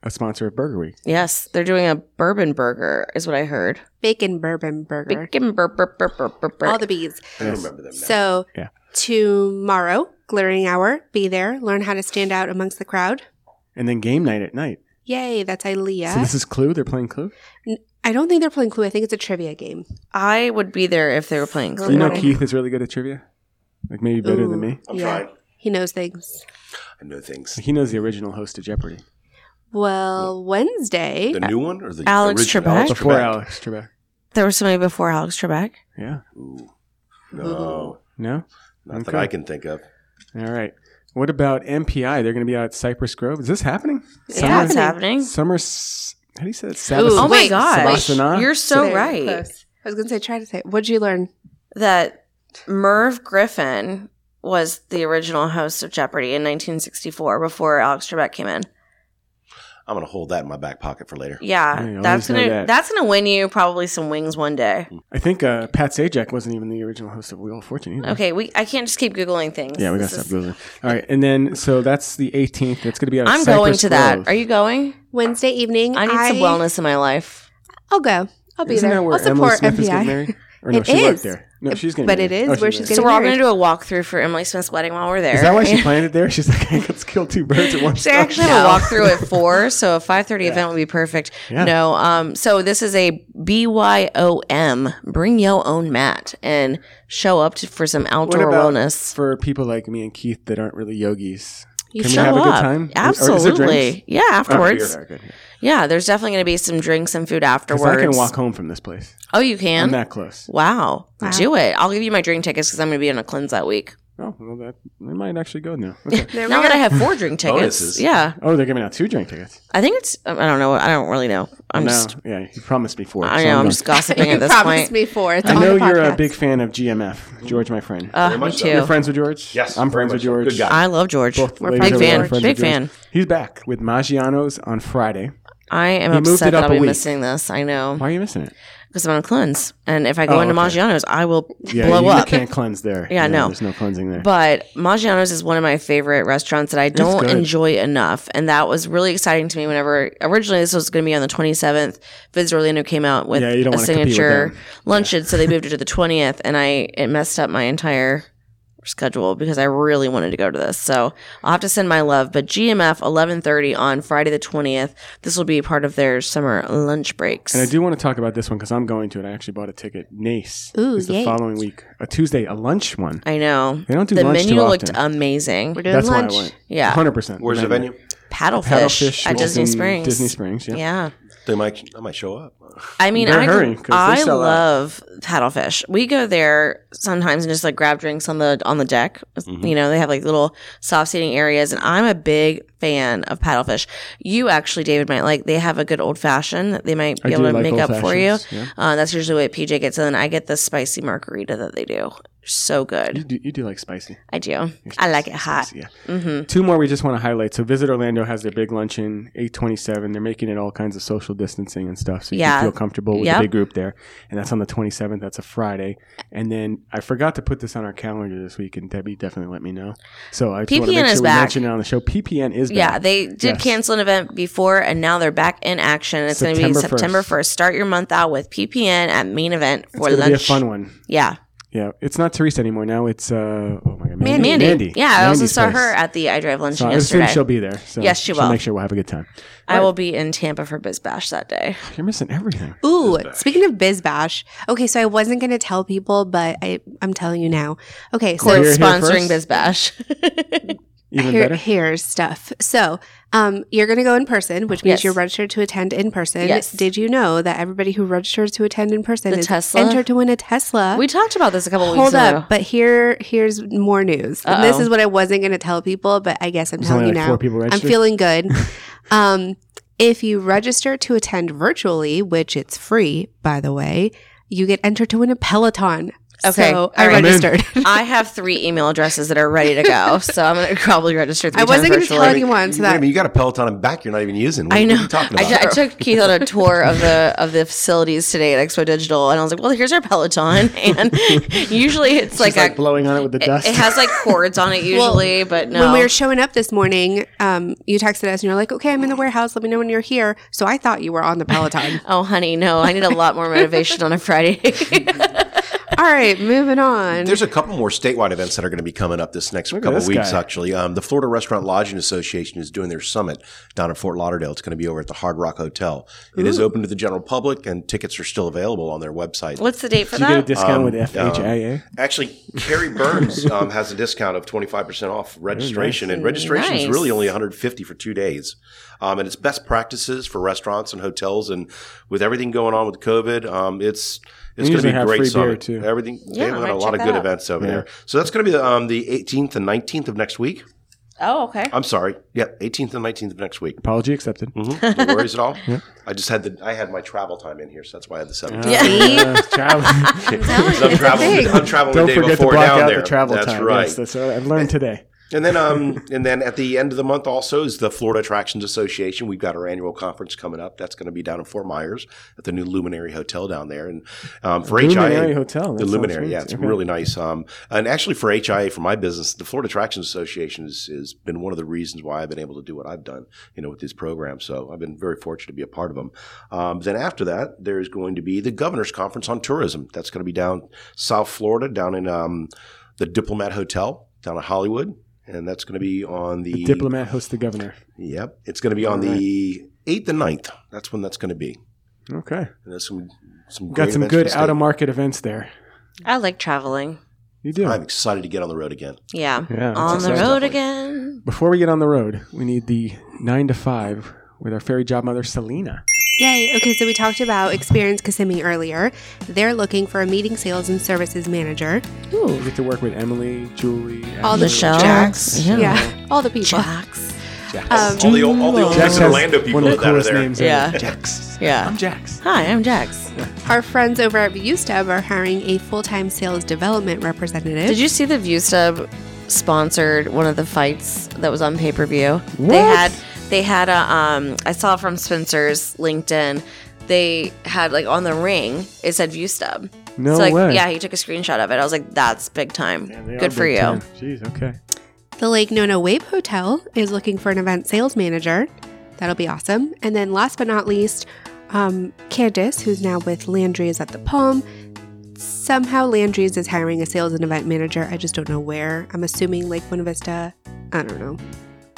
a sponsor of Burger Week.
Yes, they're doing a bourbon burger, is what I heard.
Bacon bourbon burger.
Bacon bur- bur- bur- bur- bur- bur-
All the bees.
I don't remember them. Now.
So
Yeah.
tomorrow, glaring hour, be there. Learn how to stand out amongst the crowd.
And then game night at night.
Yay, that's
So
Ilea.
this is Clue. They're playing Clue.
I don't think they're playing Clue. I think it's a trivia game.
I would be there if they were playing.
Do
Do you know
Okay.
Keith is really good at trivia? Like maybe better than
Ooh.
me.
I'm
yeah.
trying.
He knows things.
I know things.
He knows the original host of Jeopardy.
Well, Wednesday.
The new one or the
Alex
original?
Trebek?
Before Alex Trebek.
There was somebody before Alex Trebek.
Yeah.
Ooh, no,
No?
not that
Okay.
I can think of.
All right. What about MPI? They're going to be out at Cypress Grove. Is this happening?
Yeah, it's happening.
Summer. s- How do you say that?
Ooh.
Oh
Sabas-
my
Wait,
gosh.
Savasana?
You're so
There,
right.
close. I was going to say, try to say. it. What'd you learn?
that Merv Griffin was the original host of Jeopardy in 1964 before Alex Trebek came in.
I'm gonna hold that in my back pocket for later.
Yeah,
Hey, I always
that's
know
gonna
that.
that's gonna win you probably some wings one day.
I think uh, Pat Sajak wasn't even the original host of Wheel of Fortune either.
Okay, we I can't just keep googling things.
Yeah, we got
Oh, This
to stop
is-
Googling. All right. And then, so that's the 18th. That's going to be out at
I'm
Cypress
going to that.
Grove.
Are you going?
Wednesday evening.
I need some wellness in my life.
I'll go. I'll be
Isn't
there.
that where
I'll
Emily
support
Smith is getting
MPI.
married? Or no,
It
she worked
is.
there. No, she's getting
But it
married. Oh,
is
she's
where she's
married.
getting
So we're all
married.
gonna do a walkthrough for Emily Smith's wedding while we're there.
Is that why she planned it there? She's like, hey, let's kill two birds with one
So
stone.
I actually have a walkthrough at four, so a five thirty event would be perfect.
Yeah.
No, um, so this is a BYOM, bring your own mat, and show up to, for some
What
outdoor
about
wellness.
for people like me and Keith that aren't really yogis?
You
Can we
show
have a
up,
good time? Or- or is there drinks?
absolutely. Yeah, afterwards.
Oh, beer. Okay.
yeah, there's definitely going to be some drinks and food
'Cause
afterwards.
I can walk home from this place.
Oh, you can.
I'm that close.
Wow. do it! I'll give you my drink tickets because I'm going to be on a cleanse that week.
Oh, well, that they might actually go now. Okay.
There
Now
we
that I
go.
have four drink tickets,
Bonuses.
yeah,
oh, they're giving out two drink tickets.
I think it's. I don't know. I don't really know. I'm
no,
just.
yeah, you promised me four.
I
so
know. I'm
going-
just gossiping at
you
this
promised
point.
me four. It's
I
on
know
the
you're a
podcast.
big fan of GMF, George, my friend.
Uh, me
much so.
too.
You're friends with George?
Yes,
I'm
very
friends with
much so.
George.
Good guy.
I love George.
Both
We're
ladies
friends
over
with
there are
George.
friends
Big
with George.
fan.
He's back with Maggiano's on Friday.
I am
You moved
upset
it up
that I'll
a
be
week.
missing this. I know
Why are you missing it?
because I'm on a cleanse, and if I go
Oh,
into
okay.
Maggiano's, I will
Yeah,
blow
you
up.
can't cleanse there.
Yeah, no.
There's no cleansing there.
But Maggiano's is one of my favorite restaurants that I don't
good.
enjoy enough. And that was really exciting to me whenever originally this was going to be on the 27th. Viz Orlando came out with
Yeah, you don't
a
wanna compete with
signature
them.
luncheon. So they moved it to the 20th. And I it messed up my entire schedule because I really wanted to go to this. So I'll have to send my love. But GMF 1130 on Friday the 20th. This will be part of their summer lunch breaks.
and I do want to talk about this one because I'm going to it. I actually bought a ticket. Nace
Ooh,
is the
yay.
following week, a Tuesday, a lunch one.
I know.
They don't do
the
lunch
menu
too
looked
often.
amazing.
We're doing
That's
lunch.
why I went.
Yeah.
hundred percent.
Where's the venue?
Paddlefish,
Paddlefish
at Disney
Wilton-
Springs.
Disney Springs. Yeah.
Yeah.
They might, I might show up.
I mean,
They're
I,
hurrying 'cause they
I
sell out.
love paddlefish. We go there sometimes and just like grab drinks on the on the deck.
Mm-hmm.
You know, they have like little soft seating areas, and I'm a big fan of paddlefish. You actually, David, might like. They have a good old fashioned that they might
I
be
do
able to
like
make up for you.
old-fashions, yeah.
Uh, that's usually what PJ gets, and then I get the spicy margarita that they do. So
You
good,
do, you do like spicy.
I do. I like it hot.
Spicy, yeah.
Mm-hmm.
Two more we just want to highlight. So Visit Orlando has their big luncheon, 827. They're making it all kinds of social distancing and stuff. So you
Yeah.
can feel comfortable with
Yep.
a big group there. And that's on the 27th. That's a Friday. And then I forgot to put this on our calendar this week, and Debbie definitely let me know. So I just want to
PPN
make sure
is
we
back.
mention it on the show. PPN is back.
Yeah, they did
Yes.
cancel an event before, and now they're back in action. It's going to be
September 1st.
September first. Start your month out with PPN at main event
It's
for
gonna
lunch.
be a fun one.
Yeah,
Yeah. It's not Teresa anymore. Now it's, uh, oh my God, Mandy.
Mandy.
Mandy.
Yeah, I also
Mandy's
saw
place.
her at the I Drive luncheon
So I assume
yesterday.
she'll be there. So
Yes, she
she'll
will.
Make sure we'll have a good time.
I will be in Tampa for Biz Bash that day.
You're missing everything.
Ooh, speaking of Biz Bash. Okay, so I wasn't going to tell people, but I, I'm telling you now. Okay, so
So
you're here first.
sponsoring Biz Bash.
Even
Here-
better.
Here's stuff. So, um, you're going to go in person, which means
Yes.
you're registered to attend in person.
Yes.
Did you know that everybody who registers to attend in person
The
is
Tesla?
entered to win a Tesla?
we talked about this a couple
Hold
weeks
up,
ago.
but here here's more news. And this
Uh-oh.
is what I wasn't going to tell people, but I guess I'm
There's
telling
only
you
like
now.
four people
I'm
registered.
feeling good. um, if you register to attend virtually, which it's free, by the way, you get entered to win a Peloton.
Okay,
so
all
I
right. I'm in.
registered.
I have three email addresses that are ready to go, so I'm going to probably register. Three
I wasn't
going
going to
to
tell anyone, so
Wait a
that
minute, you got a Peloton and back you're not even using. What,
I
what
know.
are you talking
I,
about?
ju- I took Keith on a tour of the of the facilities today at Expo Digital, and I was like, "Well, here's our Peloton." And usually, it's like,
She's like
a,
blowing on it with the
it,
dust.
it has like cords on it usually, but no.
when we were showing up this morning, um, you texted us and you're like, "Okay, I'm in the warehouse. Let me know when you're here." So I thought you were on the Peloton.
oh, honey, no, I need a lot more motivation on a Friday.
All right, moving on.
There's a couple more statewide events that are going to be coming up this next
Look at
couple
this
weeks,
guy.
actually. Um, the Florida Restaurant Lodging Association is doing their summit down in Fort Lauderdale. It's going to be over at the Hard Rock Hotel. It is open to the general public, and tickets are still available on their website.
What's the date for
Do you get a
that?
discount with
Um,
FHIA?
Actually, Carrie Burns um, has a discount of 25% off
Mm,
registration, and registration is
Nice.
really only 150 for two days. Um, and it's best practices for restaurants and hotels, and with everything going on with COVID, um, it's it's
We
going to
usually
be a
have
great
free beer,
summit.
too.
Everything
Yeah,
they've
I
got
might
a lot
check
of good
that out.
events over there. So that's going to be um, the 18th and 19th of next week.
Oh, okay.
uh,
I'm sorry, yep, 18th and 19th of next week.
Apology accepted.
Mhm. No worries at all. I just had the I had my travel time in here, so that's why I had the 17th.
Yeah. Uh, travel-
I'm traveling. I'm traveling
Don't
the day
forget to
before
block
down
out
there.
the travel
that's
time.
right.
Yes, that's what I've learned today.
And then, um, and then at the end of the month also is the Florida Attractions Association. We've got our annual conference coming up. That's going to be down in Fort Myers at the new Luminary Hotel down there. And um, for
Luminary
HIA,
Hotel. that
the
sounds
Luminary, yeah,
fancy.
it's
Okay.
really nice. Um, and actually for HIA, for my business, the Florida Attractions Association has, has been one of the reasons why I've been able to do what I've done, you know, with these programs. So I've been very fortunate to be a part of them. Um, then after that, there's going to be the Governor's Conference on Tourism. That's going to be down South Florida, down in um, the Diplomat Hotel down in Hollywood. And that's going to be on the,
The diplomat hosts the governor.
Yep, it's going to be on the eighth and 9th. That's when that's going to be.
Okay,
And there's some some
got
great
some
events for
good
the
out of
state.
market events there.
I like traveling.
You do.
I'm excited to get on the road again.
Yeah,
Yeah, that's
on the
exciting.
road
Definitely.
again.
Before we get on the road, we need the nine to five with our fairy job mother Selena.
Yay. Okay, so we talked about Experience Kissimmee earlier. They're looking for a meeting sales and services manager.
You get to work with Emily, Julie,
All
Ashley,
the
Michelle.
Jax.
Yeah.
Yeah. all the people.
Jax.
Jax.
Um,
All the old, all the old
Jax
Jackson
has
Orlando people
one of
that
the
are
coolest
there.
names
Yeah.
ever. Jax.
Yeah.
I'm Jax.
Hi, I'm Jax.
Our friends over at ViewStub are hiring a full time sales development representative.
Did you see the View Stub sponsored one of the fights that was on pay per view?
What?
They had they had a um I saw from Spencer's LinkedIn. They had like on the ring it said View Stub.
No
so, like,
way.
Yeah, he took a screenshot of it. I was like, that's big time.
Man, they are
Good for
big
you.
time. Jeez, okay.
the Lake Nona Wave Hotel is looking for an event sales manager. That'll be awesome. And then last but not least, um, Candace, who's now with Landry's at the Palm. Somehow Landry's is hiring a sales and event manager. I just don't know where. I'm assuming Lake Buena Vista. I don't know.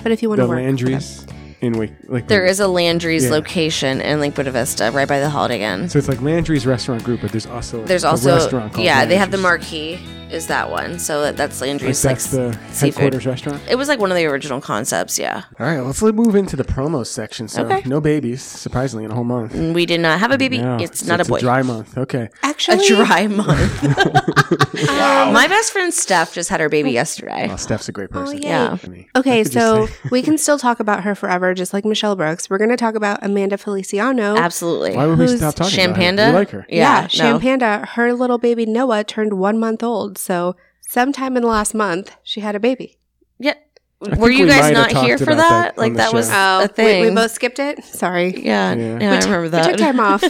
But if you want
The
to work with
Landry's in Wake. Like
There is a Landry's
Yeah.
location in Lake Buena Vista, right by the Holiday Inn.
So it's like Landry's Restaurant Group, but there's also
There's
a
also
restaurant called
yeah, they have the
Landry's.
marquee is that one. So that, that's
Like
Landry's.
that's the
seafood.
headquarters restaurant.
It was like one of the original concepts. Yeah,
All right, let's move into the promo section. So
Okay.
no babies, surprisingly, in a whole month.
And we did not have a baby.
No,
it's, not a boy.
It's a dry month. Okay.
a
Actually, Um,
dry month. My best friend Steph just had her baby yesterday.
Well, Steph's a great person.
oh, yay.
Yeah.
I mean,
Okay,
what could you
so
say?
we can still talk about her forever, just like Michelle Brooks. We're going to talk about Amanda Feliciano.
Absolutely.
why would we
who's
stop talking
Sham
about her?
Panda?
We like her.
yeah,
Yeah. no.
Sham Panda, her little baby Noah turned one month old. So, sometime in the last month, she had a baby.
Yeah.
think
Were you
we might
guys
have
not
talked
here for
about
that?
that on
Like
the
that was
show.
a
Oh, we,
thing.
we both skipped it. Sorry.
Yeah.
Yeah.
Yeah.
We
I remember that.
We took time off.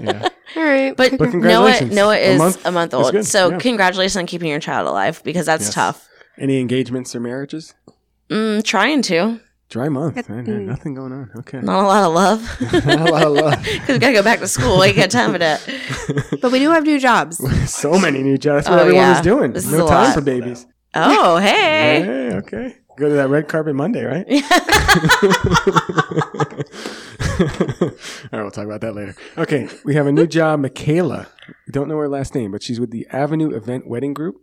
Yeah.
All right.
But
But
Noah,
congratulations.
Noah
A
is a
month
month,
is
old.
good,
So
yeah.
congratulations on keeping your child alive because that's
Yes.
tough.
Any engagements or marriages?
Mm, trying to.
Dry month.
It-
Man,
mm.
Nothing going on. Okay.
Not a lot of love.
Not a lot of love.
Because we got to go back to school. We ain't got time for that.
but we do have new jobs.
so many new jobs. That's what
Oh,
everyone
yeah.
was doing.
This is
no
a
time
lot.
for babies.
Oh, hey.
Hey, okay. Go to that red carpet Monday, right? All right, we'll talk about that later. Okay, we have a new job, Michaela. We don't know her last name, but she's with the Avenue Event Wedding Group.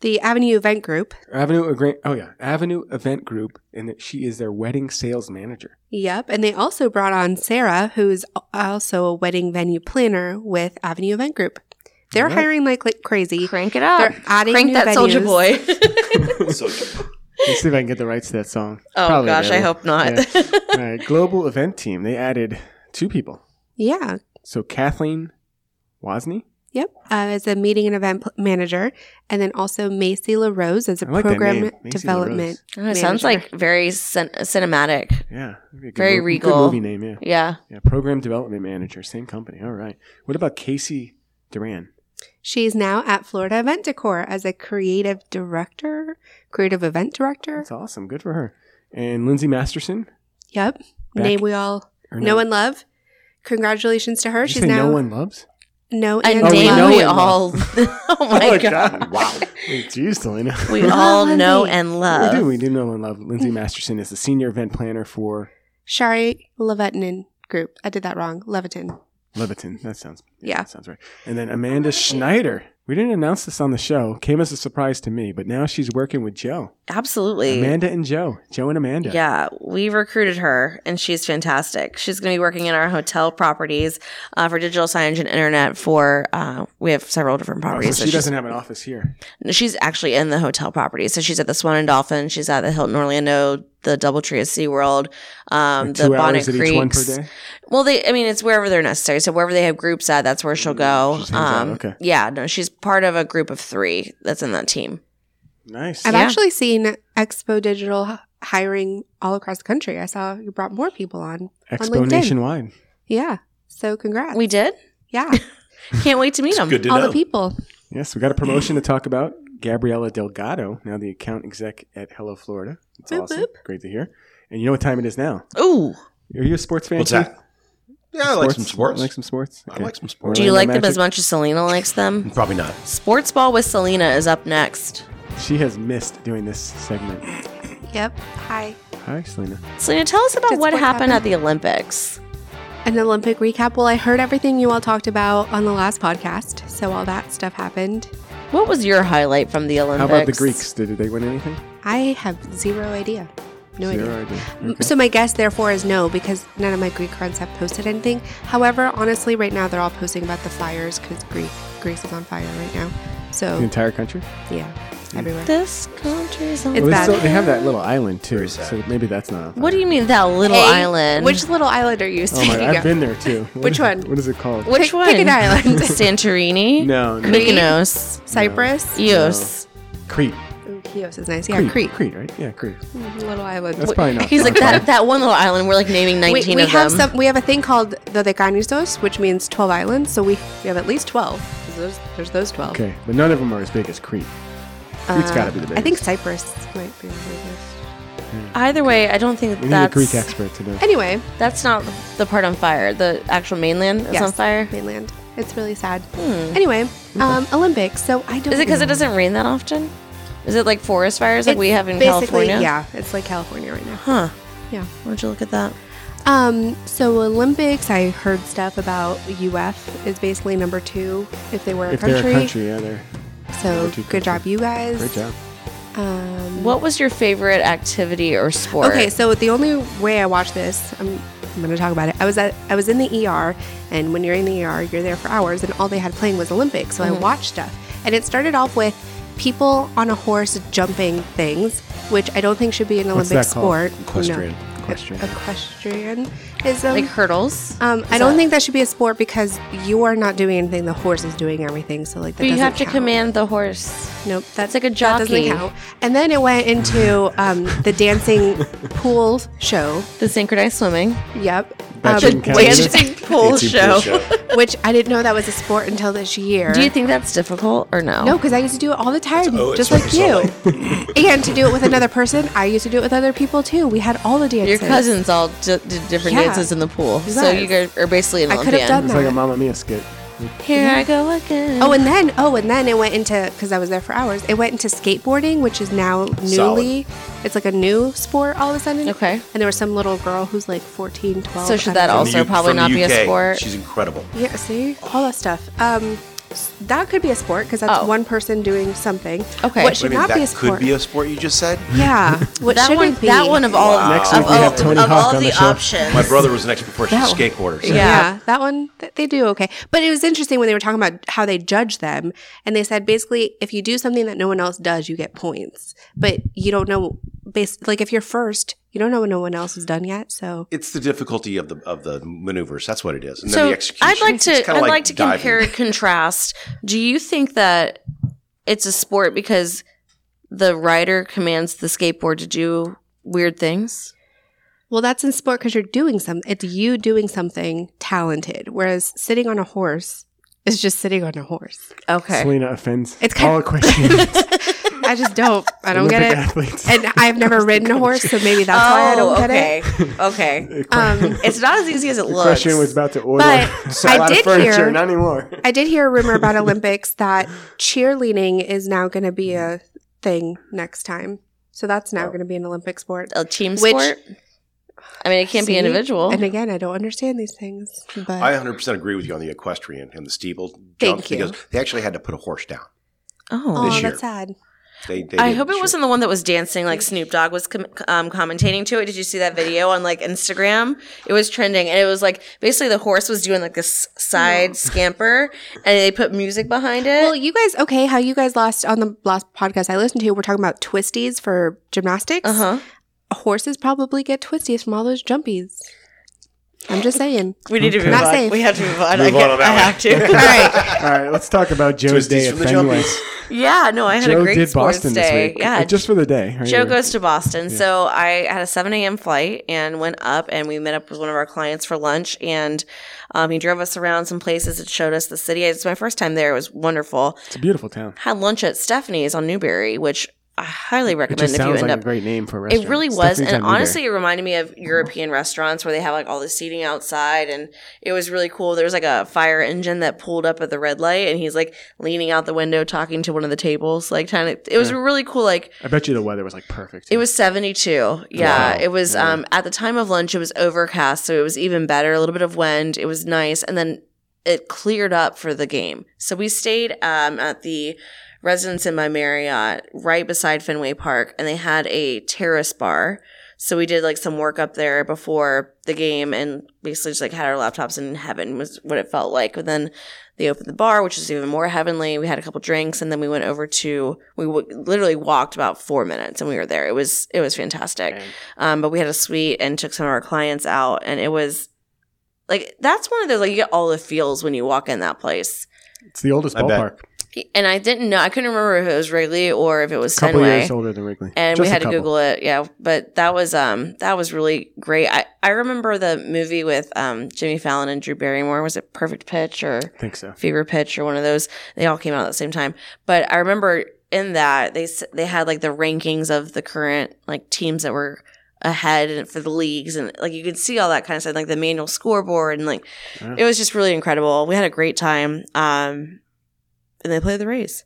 The Avenue Event Group.
Avenue Event. Oh yeah, Avenue Event Group, and that she is their wedding sales manager.
Yep. And they also brought on Sarah, who's also a wedding venue planner with Avenue Event Group. They're
All right.
hiring like, like crazy.
Crank it up.
They're adding
Crank
new
that soldier
venues.
boy.
So
Let's see if I can get the rights to that song.
oh, gosh. I hope not.
Yeah.
Oh,
All right, Global Event Team. They added two people.
Yeah.
So Kathleen Wozni.
Yep, uh, as a meeting and event pl- manager, and then also Macy LaRose as a
I like that name,
program
Macy
development.
Oh, it sounds
manager.
like very cin- cinematic.
Yeah, that'd be a good
Very
mo- good
regal.
movie name. Yeah,
Yeah.
yeah. Program Development Manager, same company. All right. What about Casey Duran?
She's now at Florida Event Decor as a creative director, creative event director.
That's awesome. Good for her. And Lindsay Masterson.
Yep,
Back-
name we all
Or
know and love. Congratulations to her.
Did you
She's
say
now
no one loves.
no
A
and
Oh, we
name
know
we
him.
all. oh, my God.
Wow. Jeez, Delina.
We all
Lindsay.
know and love.
We do. We do know and love. Lindsay Masterson is the senior event planner for
Shari Levitinin Group. I did that wrong. Levitin.
Leviton. That sounds.
Yeah.
That sounds right. And then Amanda Schneider. We didn't announce this on the show. Came as a surprise to me, but now she's working with Joe.
Absolutely.
Amanda and Joe. Joe and Amanda.
Yeah, we recruited her, and she's fantastic. She's going to be working in our hotel properties uh, for digital signage and internet. For uh, we have several different
Oh,
properties.
so
So
she
she's-
doesn't have an office here.
No, She's actually in the hotel property. So she's at the Swan and Dolphin. She's at the Hilton Orlando, the Doubletree at SeaWorld, um,
Like
the
two
Bonnet
hours at each one per
Creeks.
day.
Well, they, I mean, it's wherever they're necessary. So wherever they have groups at, that's where she'll go.
She hangs out,
Um,
okay.
Yeah, no, she's part of a group of three that's in that team.
Nice.
I've
Yeah.
actually seen Expo Digital h- hiring all across the country. I saw you brought more people on.
Expo
LinkedIn.
nationwide.
Yeah, so congrats.
We did.
yeah,
Can't wait to meet them.
good to
all
oh.
know.
the people.
Yes, we got a promotion to talk about. Gabriella Delgado, now the account exec at Hello Florida. It's
Boop,
awesome.
boop.
Great to hear. And you know what time it is now?
Ooh,
Are you a sports fan?
What's
Keith?
that? yeah, I like some sports.
Like some sports.
I like some sports.
do you
Orlando
like them
Magic.
as much as Selena likes them?
Probably not.
Sports Ball with Selena is up next.
She has missed doing this segment.
Yep. Hi.
Hi, Selena.
Selena, tell us about
Just
what
what
happened
happened.
at the Olympics.
An Olympic recap. Well, I heard everything you all talked about on the last podcast, so all that stuff happened.
What was your highlight from the
How
Olympics?
about the Greeks? Did they win anything?
I have zero idea. No idea.
Zero idea. Okay.
So my guess, therefore, is no because none of my Greek friends have posted anything. However, honestly, right now they're all posting about the fires because Greece, Greece is on fire right now.
the
So
entire country.
yeah,
Hmm.
everywhere.
This country's on
It's
Well, they,
bad.
still, they have that little island too, so maybe that's not. on fire.
What do you mean that little
Hey,
island?
Which little island are you
Oh my!
speaking
I've
of?
been there too. What
Which
is-
one?
What is it called?
which
Pick
one?
an island.
Santorini.
No, no.
Mykonos.
Cyprus.
Eos.
Crete.
Ooh, Chios is nice. Yeah, Crete.
Crete, right? Yeah, Crete.
Mhm, Little island.
That's probably not.
He's like
on fire.
that. That one little island. We're like naming
we,
nineteen
we
of
have
them.
some. We have a thing called the Decanisos, which means twelve islands. So we we have at least twelve. There's, there's those twelve.
Okay, but none of them are as big as Crete. Crete's got to be the
Uh,
biggest.
I think Cyprus might be the biggest.
Either way, I don't think
we
that
need a Greek
that's
expert to know.
Anyway,
that's not the part on fire. The actual mainland is
yes,
on fire. Hmm.
Mainland. It's really sad. Anyway, um, Olympics. So I don't.
Is it because it
know.
doesn't rain that often? Is it like forest fires like we
It's
have in
basically-
California?
Yeah, it's like California right now.
Huh.
Yeah.
Why don't you look at that?
Um, so Olympics, I heard stuff about UF is basically number two if they were a
If
country.
they're a country, yeah, they're
So
number two
good job,
country.
you guys.
great job.
Um,
What was your favorite activity or sport?
okay, so the only way I watched this, I'm, I'm going to talk about it. I was at I was in the ER, and when you're in the ER, you're there for hours, and all they had playing was Olympics. So
Mm-hmm.
I watched stuff, and it started off with people on a horse jumping things, which I don't think should be an
What's
Olympic
that called?
sport.
Equestrian.
No.
Equestrian.
Equestrian is um,
like hurdles.
Um, I
Is
don't
that-
think that should be a sport because you are not doing anything. The horse is doing everything. So like that
But you
doesn't
have to
count.
command the horse.
Nope, that's
like a
That doesn't
jockey.
count. And then it went into um, the dancing pool show.
The synchronized swimming.
Yep. Um,
That shouldn't count
which,
either.
Dancing pool
Dancing
show.
pool show.
which I didn't know that was a sport until this year.
Do you think that's difficult or no?
no, because I used to do it all the time,
oh, it's
just like you.
Cirque
and to do it with another person, I used to do it with other people too. We had all the dances.
Your cousins all d- did different
Yeah.
dances in the pool, so
Yes.
you guys are basically an
I could have
Olympian.
done
It's like a
that.
Mamma Mia skit.
Here I go again.
Oh, and then oh, and then it went into because I was there for hours. It went into skateboarding, which is now newly. It's like a new sport all of a sudden.
Okay.
And there was some little girl who's like 14, 12.
So should
I don't
that
know.
From
also
the U-
probably
from the
not be a
UK.
sport.
She's incredible.
Yeah. See all that stuff. Um, s- that could be a sport because that's
Oh.
one person doing something.
Okay.
What
Wait a
should
minute,
not
that
be a
could
sport?
be a sport you just said?
yeah. What
that
should
one,
it be?
that one of all
Next
of,
week we
all,
have Tony
of
Hawk
all
on
the,
the show.
options.
My brother was an expert for
That one.
skateboarder. So
Yeah.
Yeah.
that one th- they do okay. But it was interesting when they were talking about how they judge them, and they said basically if you do something that no one else does, you get points, but you don't know base like if you're first, you don't know what no one else has done yet. So
It's the difficulty of the of the maneuvers. That's what it is. And then
so
the execution.
I'd like
It's
to
kinda
I'd like to
diving.
compare and contrast. Do you think that it's a sport because the rider commands the skateboard to do weird things?
well, that's in sport because you're doing something. It's you doing something talented, whereas sitting on a horse is just sitting on a horse.
Okay.
Selena offends
It's kind
all
of-
equestrians.
I just don't. I don't
Olympic
get it.
Athletes.
And I've never ridden a horse, so maybe that's why I don't get
Oh, okay.
it.
okay.
Um,
It's not as easy as it looks.
Equestrian was about to order
But
a
I
lot of
did
furniture,
hear-
not anymore.
I did hear a rumor about Olympics that cheerleading is now going to be a thing next time. So that's now going to be an Olympic sport.
a team
Which-
sport. I mean, it can't
See?
be individual.
And again, I don't understand these things. But
I 100% agree with you on the equestrian and the steeple jump
Thank you.
because they actually had to put a horse down.
oh,
oh,
this year.
that's sad.
They, they
I
did
hope it
sure.
wasn't the one that was dancing like Snoop Dogg was com- um, commentating to it. Did you see that video on like Instagram? It was trending, and it was like basically the horse was doing like this side scamper, and they put music behind it.
Well, you guys, okay, how you guys lost on the last podcast I listened to, we're talking about twisties for gymnastics.
uh huh.
Horses probably get twisties from all those jumpies. I'm just saying.
We need to move
Not
on.
safe.
We have to move on. I,
Move on
can't-
on
I have
that
to.
All right.
All right, let's talk about Joe's
Twisties
day at
from the
Fenway.
jumpies.
yeah, no, I had a
Joe
great
did
sports
Boston this
day.
week,
Yeah,
just for the day. right?
Joe goes to Boston. So I had a 7 a.m. flight and went up and we met up with one of our clients for lunch and um, he drove us around some places and showed us the city. It's my first time there. It was wonderful.
It's a beautiful town.
Had lunch at Stephanie's on Newberry, which I highly
It
recommend
just
if you
sounds
end
like a
up.
great name for a restaurant.
It really was.
Stephanie's
And
on Newberry. Oh.
honestly, it reminded me of European restaurants where they have like all the seating outside and it was really cool. There was like a fire engine that pulled up at the red light and he's like leaning out the window talking to one of the tables, like trying to, it was a really cool, like,
I bet you the weather was like perfect.
it was 72. Yeah.
Wow.
It was um at the time of lunch it was overcast, so it was even better, a little bit of wind. It was nice and then it cleared up for the game. So we stayed um at the residence in my Marriott right beside Fenway Park and they had a terrace bar. So we did like some work up there before the game and basically just like had our laptops in heaven was what it felt like. But then they opened the bar, which is even more heavenly. We had a couple drinks and then we went over to we w- literally walked about four minutes and we were there. It was it was fantastic. Um, but we had a suite and took some of our clients out and it was like that's one of those like you get all the feels when you walk in that place.
It's the oldest
I bet.
ballpark.
And I didn't know I couldn't remember if it was Wrigley or if it was
A couple
Fenway
years older than Wrigley.
and
Just
we
a
had to
couple.
google it yeah but that was um that was really great i i remember the movie with um jimmy fallon and drew barrymore was it perfect pitch or
I think so.
fever pitch or one of those they all came out at the same time but i remember in that they s- they had like the rankings of the current like teams that were ahead and for the leagues and like you could see all that kind of stuff like the manual scoreboard and like
Yeah.
it was just really incredible we had a great time um and they played the race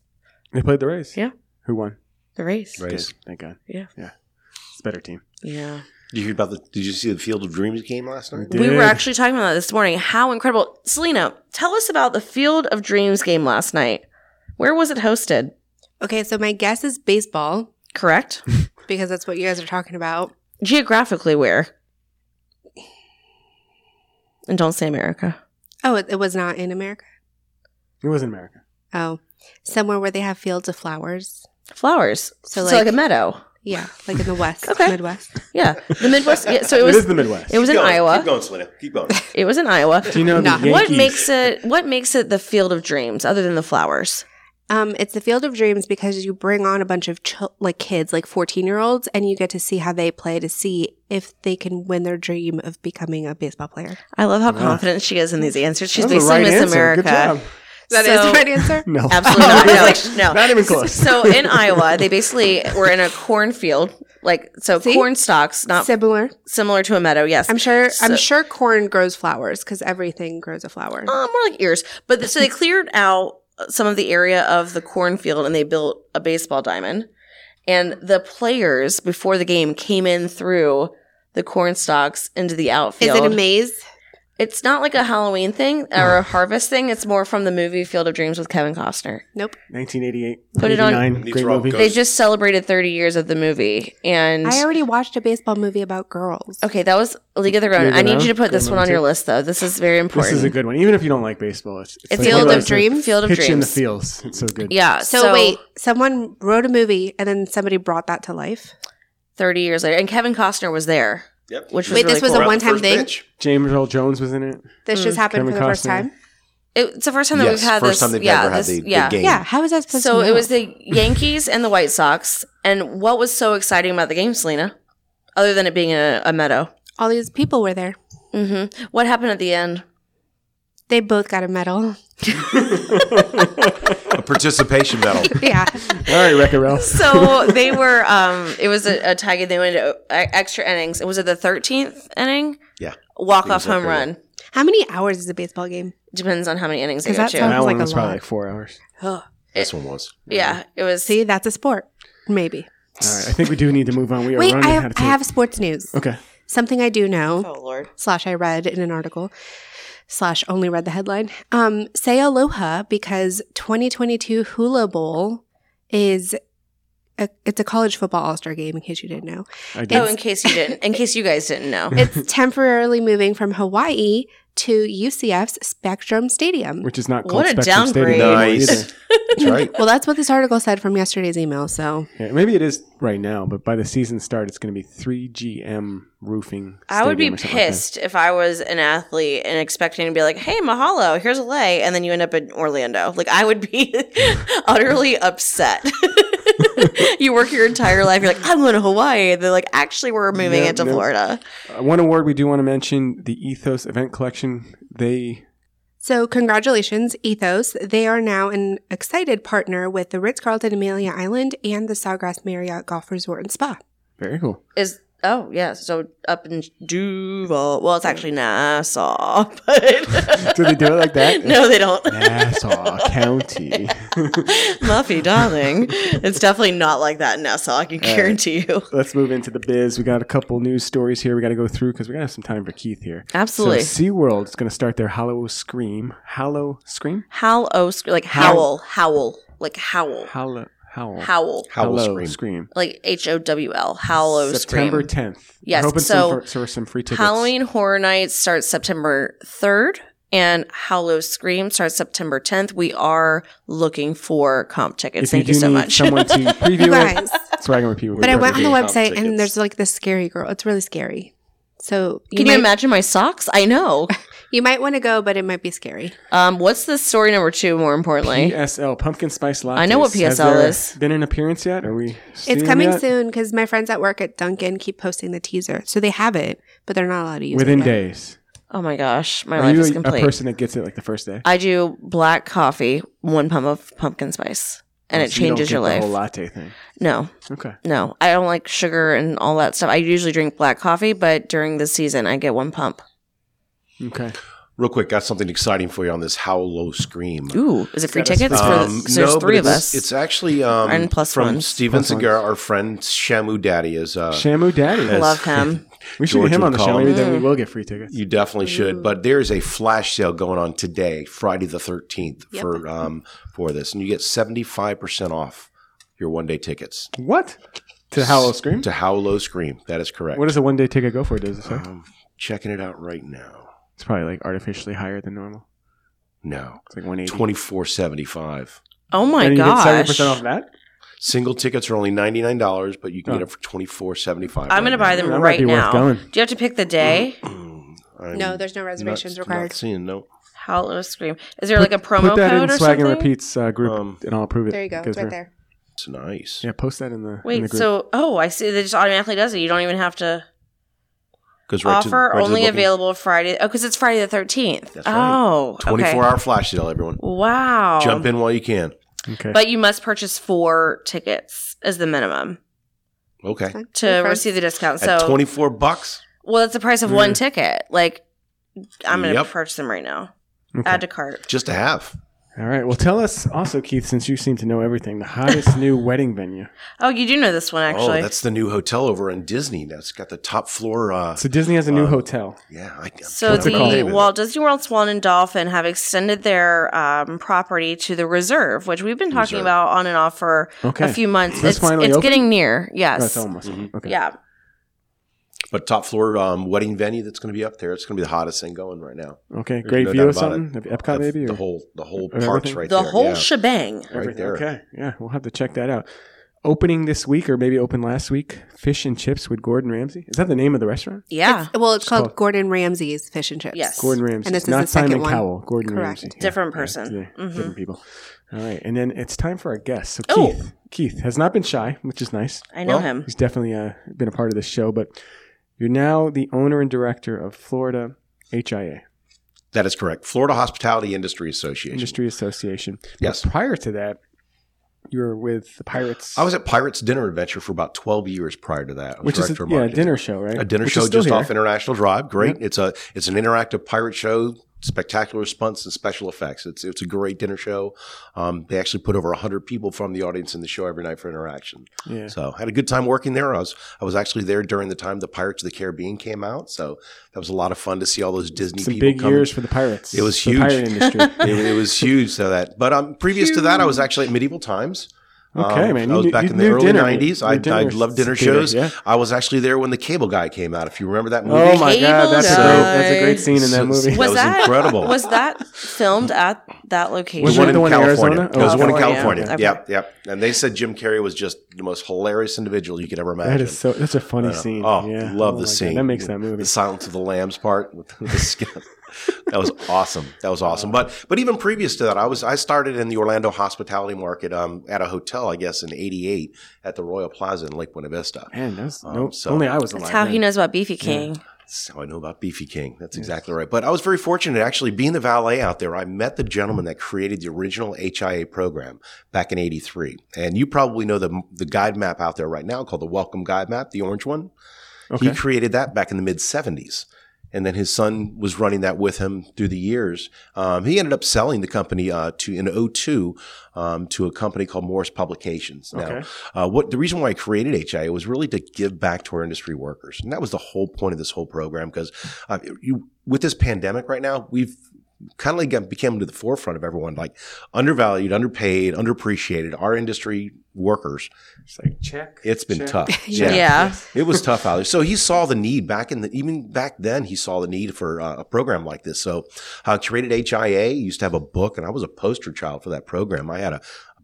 They played the Rays.
Yeah.
Who won?
the race
Rays.
Good. Thank God.
Yeah.
Yeah. It's a better team.
yeah
Did you hear about the? Did you see the Field of Dreams game last night?
We
Dude.
were actually talking about that this morning. How incredible. Selena, tell us about the Field of Dreams game last night. Where was it hosted?
Okay, so my guess is baseball
Correct?
because that's what you guys are talking about.
Geographically, where? And don't say America.
Oh, it, it was not in America.
It was in America.
Oh, somewhere where they have fields of flowers.
Flowers. So
So,
like,
like-
a meadow.
Yeah, like in the West,
Okay.
Midwest.
Yeah. The Midwest. Yeah, so it
It
was
is the Midwest.
it was in
Keep going.
Iowa.
Keep going, Selena. Keep going.
It was in Iowa.
Do you know
Nah.
the Yankees?
What makes it what makes it the Field of Dreams other than the flowers?
Um, it's the Field of Dreams because you bring on a bunch of chil- like kids, like fourteen year olds, and you get to see how they play to see if they can win their dream of becoming a baseball player.
I love how
Wow.
confident she is in these answers. She's
That was
basically
the right
Miss
answer.
America.
Good job.
That is
So-
the right answer.
No.
Absolutely not.
You're
No,
like,
like, no.
Not even close.
So in Iowa, they basically were in a cornfield, like so
See?
corn stalks, not
Similar.
similar to a meadow. Yes,
I'm sure.
So-
I'm sure corn grows flowers because everything grows a flower.
Uh, more like ears. But th- so they cleared out uh, some of the area of the cornfield and they built a baseball diamond. And the players before the game came in through the corn stalks into the
Is
outfield.
it a maze?
It's not like a Halloween thing or a harvest thing. It's more from the movie Field of Dreams with Kevin Costner.
1988.
Put it on-
89,
These
Great
are all
movie.
good.
They just celebrated 30 years of the movie, and
I already watched a baseball movie about girls.
Okay, that was League of Their Own.
League of
I need
Their
you to
Own?
put this
Good
one
one,
on your
too.
list, though. This is very important.
This is a good one. Even if you don't like baseball, it's,
It's
like
Field
one
of
those
Dreams?
Field of
Hits you in the
Dreams.
feels. It's so good.
Yeah.
So, wait, someone wrote a movie and then somebody brought that to life.
thirty years later, and Kevin Costner was there,
Yep.
which was
Wait,
really
this was
cool.
a
Around the
one-time
first
thing?
pitch.
James Earl Jones was in it.
Hmm.
This just happened
Kevin
for the first
Costner.
time.
It- it's the first time that
Yes,
we've had
first
this.
time they've
yeah,
ever had
this-
the- the
yeah.
game.
Yeah, how is that supposed
So
to?
it was the Yankees and the White Sox, and what was so exciting about the game, Selena? Other than it being in a, a meadow,
all these people were there.
hmm what happened at the end?
They both got a medal.
A participation medal.
Yeah,
All right, Wreck-It Ralph.
So they were. Um, it was a, a tie game. They went into uh, extra innings. Was it the thirteenth inning?
Yeah.
Walk off
It was up
home
there, yeah.
run.
how many hours is a baseball game?
Depends on how many innings they
'Cause
go
that
to.
sounds
that
like
one
a
was probably
lot.
like four hours.
Ugh.
this one was.
Yeah, it was.
See, that's a sport. Maybe.
All right, I think we do need to move on. We are
Wait,
running
I
out
have,
of
I
time.
have sports news.
okay.
Something I do know.
oh Lord,
slash I read in an article slash only read the headline. Um, say aloha because 2022 Hula Bowl is a, it's a college football all star game. In case you didn't know,
I did.
Oh, in case you didn't, in case you guys didn't know,
it's temporarily moving from Hawaii to UCF's Spectrum Stadium.
which is not called
What a
Spectrum Stadium
downgrade.
anymore
Nice.
either.
That's right.
Well, that's what this article said from yesterday's email. So
Yeah, maybe it is right now, but by the season start, it's going to be 3GM roofing.
I would be
Stadium or something like that.
pissed if I was an athlete and expecting to be like, "Hey, mahalo, here's a lay," and then you end up in Orlando. Like, I would be utterly upset. you work your entire life. You're like, "I'm going to Hawaii." They're like, "Actually, we're moving
No,
it to
no.
Florida."
Uh, one award we do want to mention the Ethos Event Collection. They
So, congratulations, Ethos. They are now an excited partner with the Ritz Carlton Amelia Island and the Sawgrass Marriott Golf Resort and Spa.
very cool.
Is oh yeah, so up in Duval. Well, it's actually Nassau, but
Do they do it like that?
no, they don't.
Nassau County.
Muffy, darling, it's definitely not like that in Nassau. I can guarantee you.
Let's move into the biz. We got a couple news stories here we got to go through because we're going to have some time for Keith here.
Absolutely.
So SeaWorld is going to start their Hollow Scream. Hollow Scream?
Howl, oh, sc- like howl, howl, like howl.
Hollow. Howl.
Howl.
Howl
Hello,
Scream.
Like H O W L. Howl
September
Scream.
10th.
Yes,
We're hoping
so
some for, for some free tickets.
Halloween Horror Nights starts September 3rd and Hallow Scream starts September 10th. We are looking for comp tickets.
If
Thank
you
you,
do
so
need
much.
someone to preview
You
it,
guys.
that's where I can repeat what we
But I
did.
went on the
Comp
website
tickets.
and there's like this scary girl. It's really scary. So you
Can you
might,
imagine my socks? I know.
you might want to go, but it might be scary.
Um, what's the story number two, more importantly?
PSL, Pumpkin Spice Latte.
I know what PSL is.
Been an appearance yet? Are we?
It's
seeing
coming
yet?
soon because my friends at work at Duncan keep posting the teaser. So they have it, but they're not allowed to use
Within
it. yet.
days.
Oh my gosh, my
Are
life
you
is
a, a
complete.
person that gets it like the first day?
I do black coffee, one pump of pumpkin spice, and it
Oh, So you don't
changes
get
your
the
life.
whole latte thing.
No,
Okay.
no, I don't like sugar and all that stuff. I usually drink black coffee, but during the season, I get one pump.
Okay.
Real quick, got something exciting for you on this Howl Scream.
Ooh, is it free tickets? For the,
Um,
'cause there's
no,
three
but
of
it's,
us.
It's actually um,
And plus
from
ones.
Steven
Plus ones.
Segar, our friend Shamu Daddy is. Uh,
Shamu Daddy.
Yes.
Love him.
We should
George
get him
would
on the
call
show.
him.
Maybe then we will get free tickets.
you definitely should, but there is a flash sale going on today, Friday the thirteenth, for um, for this, and you get seventy five percent off your one day tickets
What? To Howl Scream?
to Howl Low Scream. That is correct.
What does a one day ticket go for? Does it say?
um, checking it out right now?
It's probably like artificially higher than normal.
No,
It's like 180.
twenty four seventy five.
Oh my
and you get
gosh.
70% off that?
Single tickets are only ninety nine dollars, but you can
Oh.
get it for twenty four seventy five.
I'm going to buy
now.
them
That might
right
be worth
now.
going. Mm.
Do you have to pick the day?
No, there's no reservations
not,
required.
Mm, Not seeing no.
Howl or Scream. Is there like a promo
Put that
code
in
or
Swag
something?
and Repeats uh, group,
Um,
and I'll approve it.
There you go.
Goes
It's right there.
It's nice.
Yeah, post that in the in the
Wait,
group.
so, oh, I see. They just automatically does it. You don't even have to.
Goes right to-
offer
right to the
only
booking.
available Friday. Oh, because it's Friday the thirteenth.
That's right.
Oh,
Twenty four
okay. Oh.
hour flash sale, everyone.
Wow.
Jump in while you can.
okay.
But you must purchase four tickets as the minimum
Okay.
Fine.
to
Okay.
receive the discount.
At
So,
24 bucks.
well, that's the price of one ticket. Like, I'm gonna
Yep.
purchase them right now.
Okay.
Add to cart.
Just a half.
All right. Well, tell us also, Keith, since you seem to know everything, the hottest new wedding venue.
Oh, you do know this one actually.
Oh, that's the new hotel over in Disney. That's got the top floor. Uh,
So Disney has a new hotel.
yeah. I, I'm
so
trying to
it
remember
the
name of it.
Walt Disney World Swan and Dolphin have extended their um, property to the reserve, which we've been talking
Reserve.
about on and off for
Okay.
a few months.
That's
it's
finally
it's
open?
getting near.
Oh, it's
Yes.
almost.
Mm-hmm.
Okay.
yeah.
But top floor um, wedding venue that's going to be up there. It's going to be the hottest thing going right now.
Okay.
There's
Great
no
view
doubt
of
about
something.
it.
Of Epcot,
the,
maybe.
The
or-
whole, the whole
or
park's
everything?
right
the
there.
whole
yeah.
shebang.
Right there.
Okay. Yeah. We'll have to check that out. Opening this week, or maybe open last week. Fish and chips with Gordon Ramsay. Is that the name of the restaurant?
Yeah.
Well, it's called
called-
Gordon Ramsay's fish and chips.
Yes.
Gordon Ramsay.
And this is
not
the second
Simon
one.
Cowell. Gordon
Correct.
Ramsay. Yeah,
Different
yeah,
person.
yeah,
Mhm.
Different people. All right, and then it's time for our guest. So
Oh.
Keith, Keith has not been shy, which is nice.
I know
Well,
him.
He's definitely uh, been a part of this show, but you're now the owner and director of Florida HIA
That is correct. Florida Hospitality Industry Association.
Industry Association.
Yes.
But prior to that, you were with the Pirates.
I was at Pirates Dinner Adventure for about 12 years prior to that. I was
which is
director
a,
of
yeah, a
marketing.
dinner show, right?
a dinner
Which is
show
still
just
here.
off International Drive. Great. It's a it's an interactive pirate show, spectacular stunts and special effects. It's it's a great dinner show. Um, they actually put over hundred people from the audience in the show every night for interaction.
Yeah.
So had a good time working there. I was I was actually there during the time the Pirates of the Caribbean came out. So that was a lot of fun to see all those Disney
Some
people
big
come.
years for the Pirates.
It was
the
huge.
pirate industry.
It, it was huge. So that, but um, previous to that, I was actually at Medieval Times.
Okay, man, you
I was
knew-
back
you
in the
knew
early
dinner.
'90s.
You
I,
knew dinner
I loved
theater,
dinner shows.
yeah.
I was actually there when the Cable Guy came out. If you remember that movie,
oh my God,
Cable
that's a, great, that's a
Guy.
great scene in that
So-
movie.
That was incredible.
Was that filmed at that location?
Was
the one
it
in
the one in
California.
Arizona?
It was the one in
California.
California.
Okay.
Yep, yep. And they said Jim Carrey was just the most hilarious individual you could ever imagine.
That is so. That's a funny
Uh,
scene.
Oh,
yeah.
love
Oh my
the
God,
scene.
That makes that movie.
The Silence of the Lambs part with the skin. that was awesome. That was awesome. But but even previous to that, I was I started in the Orlando hospitality market um, at a hotel, I guess, in '88 at the Royal Plaza in Lake Buena Vista.
Man, that's
Um,
no.
so-
only I was alive.
That's how he
then.
knows about Beefy King.
That's how I know about Beefy King. That's exactly right. But I was very fortunate actually being the valet out there. I met the gentleman that created the original HIA program back in 83. And you probably know the, the guide map out there right now called the Welcome Guide Map, the orange one. He
Okay.
created that back in the mid 70s. And then his son was running that with him through the years. Um, he ended up selling the company uh, to in 02 um, to a company called Morris Publications. Now,
Okay.
uh, what the reason why I created HIA was really to give back to our industry workers, and that was the whole point of this whole program. Because uh, you, with this pandemic right now, we've kind of like got- became to the forefront of everyone, like undervalued, underpaid, underappreciated. Our industry workers,
It's like check.
it's been
check.
tough.
Yeah.
It was tough out there. So he saw the need back in the, even back then, he saw the need for uh, a program like this. So uh, Curated HIA used to have a book, and I was a poster child for that program. I had a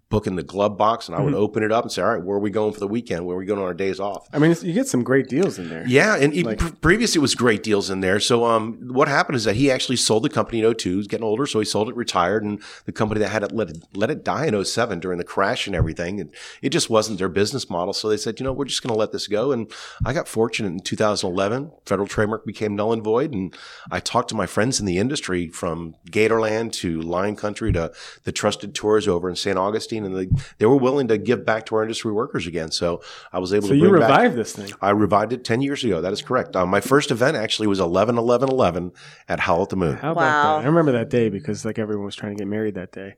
book in the glove box, and I would open it up and say, All right, where are we going for the weekend? Where are we going on our days off?
I mean, it's, you get some great deals in there.
Yeah, and even
Like-
pre- previously it was great deals in there. So um, what happened is that he actually sold the company in 02. He's getting older, so he sold it, retired, and the company that had it let it let it die in 07 during the crash and everything, and it just wasn't their business model. So they said, you know, we're just going to let this go. And I got fortunate in 2011. Federal trademark became null and void, and I talked to my friends in the industry from Gatorland to Lion Country to the Trusted Tours over in St. Augustine, and they they were willing to give back to our industry workers again. So I was able
So
to
you
bring back-
revived this thing.
I revived it 10 years ago. That is correct. Um, my first event actually was 11 11 11 at Howl at the Moon.
How about
Wow.
that? I remember that day because like everyone was trying to get married that day.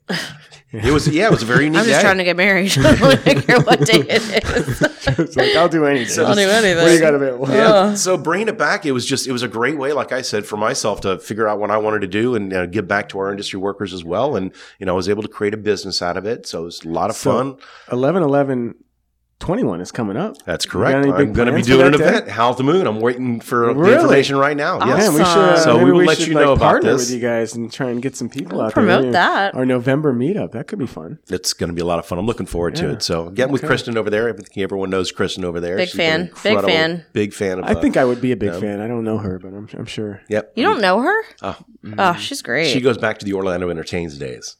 It was, yeah, it was a very unique
I'm just
day.
trying to get married. I don't care what day it is.
it's like I'll do anything.
I'll do anything.
What do you got available?
Yeah. So bringing it back, it was just, it was a great way, like I said, for myself to figure out what I wanted to do and uh, give back to our industry workers as well. And, you know, I was able to create a business out of it. So it was a lot of
So-
fun.
11 11 21 is coming up.
That's
got
correct.
any big
I'm going to be
plans for
doing an
that day?
event, Howl at the Moon. I'm waiting for
Really?
the information right now.
Awesome.
Yes.
Man, we should, uh,
So
maybe
we will let
should,
you know about
partner
this.
with you guys and try and get some people
We'll
out
promote
there.
that.
Our November meetup. That could be fun.
It's going to be a lot of fun. I'm looking forward to
Yeah.
it. So again, with Kristen over there, I think everyone knows Kristen over there.
Big
She's an
fan. Big
incredible-
fan.
Big fan of
I
uh,
think I would be a big fan. I don't know her, but I'm, I'm sure.
Yep.
You don't know her?
Oh.
Oh, she's great.
She goes back to the Orlando Entertains days.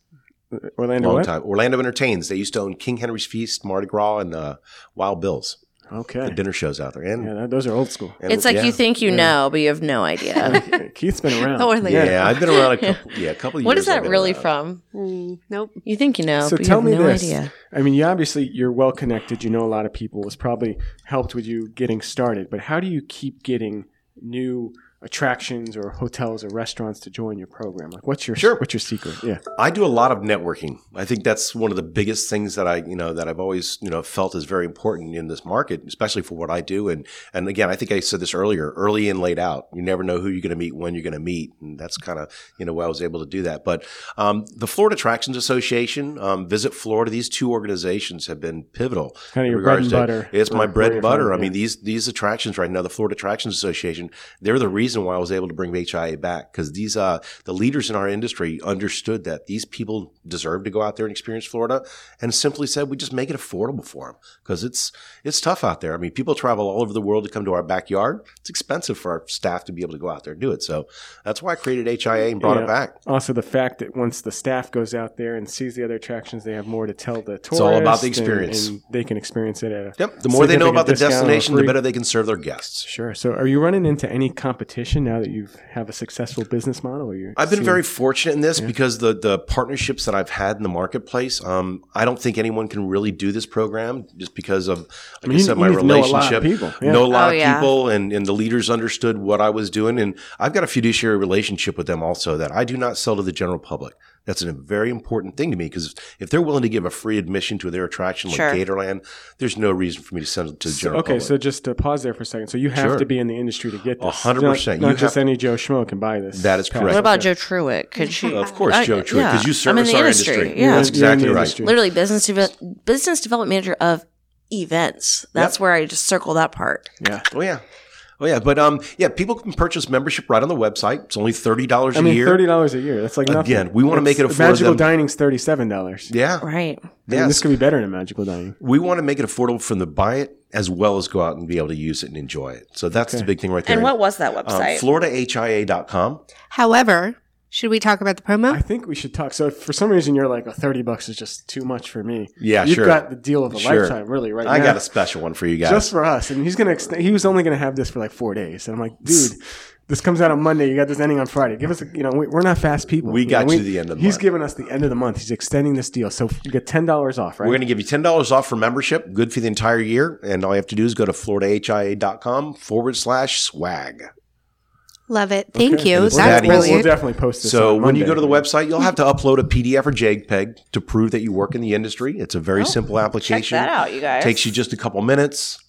Orlando
Long
what?
time. Orlando Entertains. They used to own King Henry's Feast, Mardi Gras, and uh, Wild Bill's.
Okay.
The dinner shows out there. And,
Yeah, that, those are old school.
and-
it's like
yeah.
you think you know, but you have no idea.
Keith's been around.
Oh, Orlando.
Yeah, I've been around a couple. Yeah, a couple. Of
what
years
is that
I've been
really
around.
from?
Mm, nope.
You think you know,
So
but
tell
you have
me
no
this.
idea.
I mean, you obviously you're well connected. You know a lot of people. It's probably helped with you getting started. But how do you keep getting new attractions or hotels or restaurants to join your program? Like, what's your
Sure.
what's your secret? Yeah,
I do a lot of networking. I think that's one of the biggest things that I, you know, that I've always, you know, felt is very important in this market, especially for what I do. And and again, I think I said this earlier, early in, late out. You never know who you're going to meet, when you're going to meet, and that's kind of, you know, why I was able to do that. But um, the Florida Attractions Association, um, Visit Florida, these two organizations have been pivotal.
kind of
in
your bread and
regards to-
butter.
It's my
Where-
bread
where
and
you're
butter.
from,
I mean, these these attractions right now, the Florida Attractions Association, they're the reason why I was able to bring HIA back because these uh the leaders in our industry understood that these people deserve to go out there and experience Florida, and simply said we just make it affordable for them because it's it's tough out there. I mean, people travel all over the world to come to our backyard. It's expensive for our staff to be able to go out there and do it. So that's why I created HIA and brought
Yeah.
it back.
also the fact that once the staff goes out there and sees the other attractions, they have more to tell the tourists.
all about the
and-
experience.
And, they can experience it at a
Yep. The more they know
Significant
about the
discount or
destination, the
free.
better they can serve their guests.
Sure. So, are you running into any competition now that you have a successful business model? Or you
I've been
seeing-
very fortunate in this because the the partnerships that I've had in the marketplace. Um, I don't think anyone can really do this program just because of, like I,
mean, you-
said,
you
my
need to know a lot of
relationship.
people. Yeah.
Know a lot
Oh,
of
yeah.
people, and and the leaders understood what I was doing, and I've got a fiduciary relationship with them also that I do not sell to the general public. That's a very important thing to me because if they're willing to give a free admission to their attraction like
Sure.
Gatorland, there's no reason for me to send it to the
So-
general
okay,
public.
so just to pause there for a second. So you have
Sure.
to be in the industry to get this.
A hundred
Not-
percent.
Not,
You
just
have-
any Joe Schmo can buy this.
That is
pass.
correct.
What about Joe Truitt? Could she?
of course,
I-
Joe, true,
Uh, yeah.
because you
I'm in
service
the
our
industry.
industry.
You're in-
Yeah.
That's
you're in the
exactly right.
industry.
Literally, business deve- business development manager of events. That's
Yep.
where I just circle that part.
Yeah.
Oh yeah. Oh yeah, but um, yeah, people can purchase membership right on the website. It's only thirty dollars
I
a
mean,
year.
thirty dollars a year. That's like nothing.
Again, we wanna
It's-
make it affordable
Magical
them.
dining's thirty-seven dollars.
yeah,
Right.
yes.
this could be better than magical dining.
we want to make it affordable for them to buy it as well as go out and be able to use it and enjoy it. So that's the big thing right there.
And what was that
um,
website?
FloridaHIA.com.
However, should we talk about the promo?
I think we should talk. So, if for some reason you're like, oh, 30 bucks is just too much for me.
Yeah,
You've
sure.
got the deal of a
Sure.
lifetime, really, right
I
now.
got a special one for you guys.
just for us. And he's gonna extend, he was only gonna have this for like four days. And I'm like, dude, this comes out on Monday. You got this ending on Friday. Give us, a, you know, we, we're not fast people.
We
know,
got you the end of the
He's
month.
giving us the end of the month. He's extending this deal, so you get ten dollars off, right?
We're going to give you $10 off for membership, good for the entire year. And all you have to do is go to floridahia.com forward slash swag.
Love it. Thank you.
We'll
That's
that
definitely-
easy.
We'll
brilliant.
definitely post this.
So
on
when you
Monday.
go to the website, you'll have to upload a PDF or JPEG to prove that you work in the industry. It's a very simple application.
Oh, Check that out, you guys.
Takes you just a couple minutes.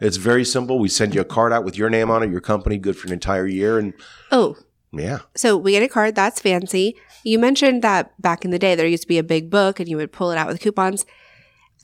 It's very simple. We send you a card out with your name on it, your company, good for an entire year. And
Oh,
Yeah.
So we get a card. That's fancy. You mentioned that back in the day there used to be a big book and you would pull it out with coupons.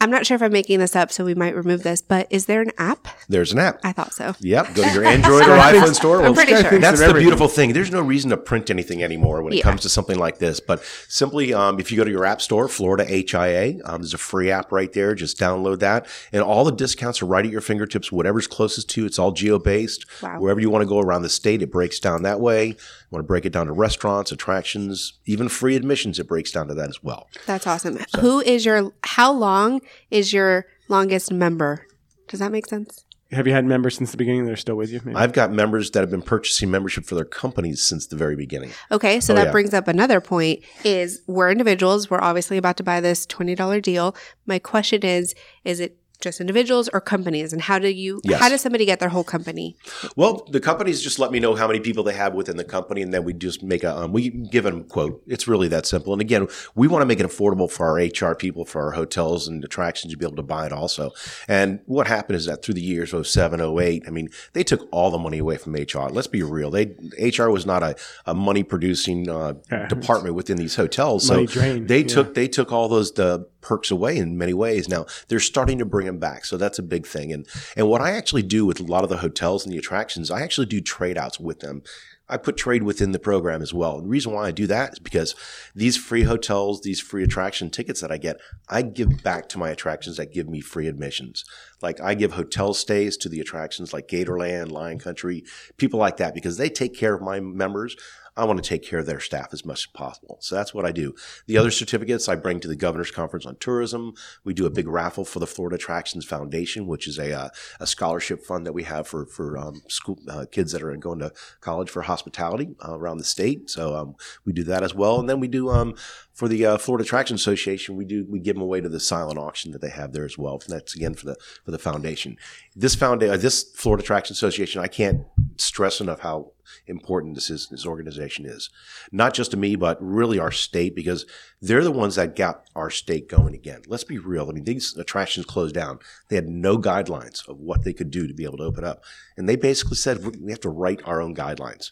I'm not sure if I'm making this up, so we might remove this, but is there an app?
There's an app.
I thought so.
Yep. Go to your Android or iPhone store.
I'm pretty
Guy
sure.
thinks
That's
of
the
everything.
beautiful thing. There's no reason to print anything anymore when it
Yeah.
comes to something like this. But simply, um, if you go to your app store, Florida HIA, um, there's a free app right there. Just download that, and all the discounts are right at your fingertips. Whatever's closest to you, it's all geo based.
Wow.
Wherever you want to go around the state, it breaks down that way. You want to break it down to restaurants, attractions, even free admissions. It breaks down to that as well.
That's awesome. Who is your, how long is your longest member? Does that make sense?
Have you had members since the beginning that are still with you? Maybe.
I've got members that have been purchasing membership for their companies since the very beginning.
Okay, so
Oh,
that
yeah.
brings up another point is we're individuals, we're obviously about to buy this $20 deal. My question is is it just individuals or companies and how do you
Yes.
how does somebody get their whole company?
Well, the companies just let me know how many people they have within the company, and then we just make a um, we give them a quote. It's really that simple. And again, we want to make it affordable for our HR people, for our hotels and attractions to be able to buy it also. And what happened is that through the years 07, 08, I mean, they took all the money away from HR. Let's be real; they HR was not a, a money producing uh,
Yeah.
department within these hotels. So
Money drain,
they
yeah.
took they took all those the perks away in many ways. Now they're starting to bring them back, so that's a big thing. And and what I actually do with a lot of the hotels and the attractions, I actually do trade outs with them. I put trade within the program as well. And the reason why I do that is because these free hotels, these free attraction tickets that I get, I give back to my attractions that give me free admissions. Like I give hotel stays to the attractions like Gatorland, Lion Country, people like that, because they take care of my members. I want to take care of their staff as much as possible. So that's what I do. The other certificates I bring to the Governor's Conference on Tourism. We do a big raffle for the Florida Attractions Foundation, which is a, uh, a scholarship fund that we have for, for um, school uh, kids that are going to college for hospitality uh, around the state. So um, we do that as well. And then we do um, for the uh, Florida Attraction Association, we do we give them away to the silent auction that they have there as well. And that's again for the for the foundation. This foundation, this Florida Attraction Association, I can't stress enough how important this is this organization is not just to me but really our state because they're the ones that got our state going again let's be real i mean these attractions closed down they had no guidelines of what they could do to be able to open up and they basically said "We- we have to write our own guidelines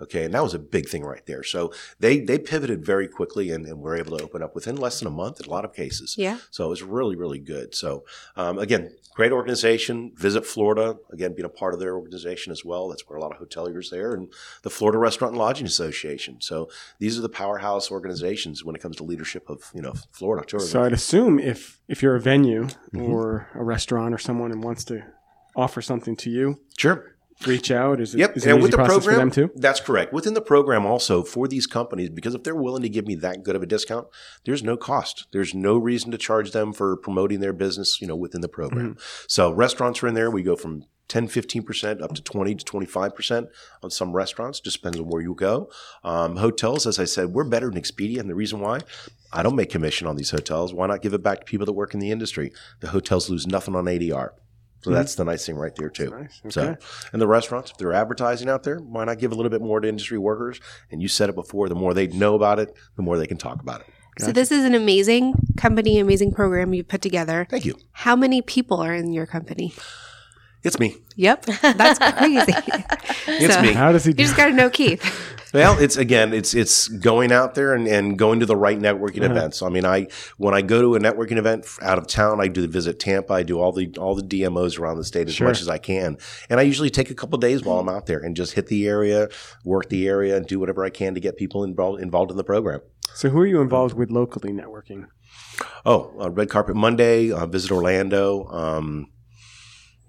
okay and that was a big thing right there so they they pivoted very quickly and, and were able to open up within less than a month in a lot of cases
Yeah.
so it was really, really good. So um, again, great organization. Visit Florida again, being a part of their organization as well. That's where a lot of hoteliers there, and the Florida Restaurant and Lodging Association. So these are the powerhouse organizations when it comes to leadership of you know Florida tourism.
So I'd assume if if you're a venue
Mm-hmm.
or a restaurant or someone and wants to offer something to you,
Sure.
reach out. Is it,
Yep.
is it an easy process for them too?
that's correct. Within the program, also for these companies, because if they're willing to give me that good of a discount, there's no cost. There's no reason to charge them for promoting their business, you know, within the program.
Mm-hmm.
So restaurants are in there. We go from 10, 15% up to 20 to 25% on some restaurants. Just depends on where you go. Um, hotels, as I said, we're better than Expedia. And the reason why I don't make commission on these hotels, why not give it back to people that work in the industry? The hotels lose nothing on ADR. So that's the nice thing right there too.
Mm-hmm. Nice.
So,
Okay.
and the restaurants, if they're advertising out there, why not give a little bit more to industry workers? And you said it before: the more they know about it, the more they can talk about it.
So this is an amazing company, amazing program you put together.
Thank you.
How many people are in your company?
It's me.
Yep. That's crazy.
It's
So-
me.
How does he
You
do?
just got to know Keith.
Well, it's again, it's it's going out there and, and going to the right networking
Uh-huh.
events. I mean, I when I go to a networking event f- out of town, I do the visit Tampa. I do all the all the DMOs around the state as
Sure.
much as I can, and I usually take a couple days while I'm out there and just hit the area, work the area, and do whatever I can to get people involved involved in the program.
So who are you involved with locally networking?
Oh, uh, Red Carpet Monday, uh, Visit Orlando. Um,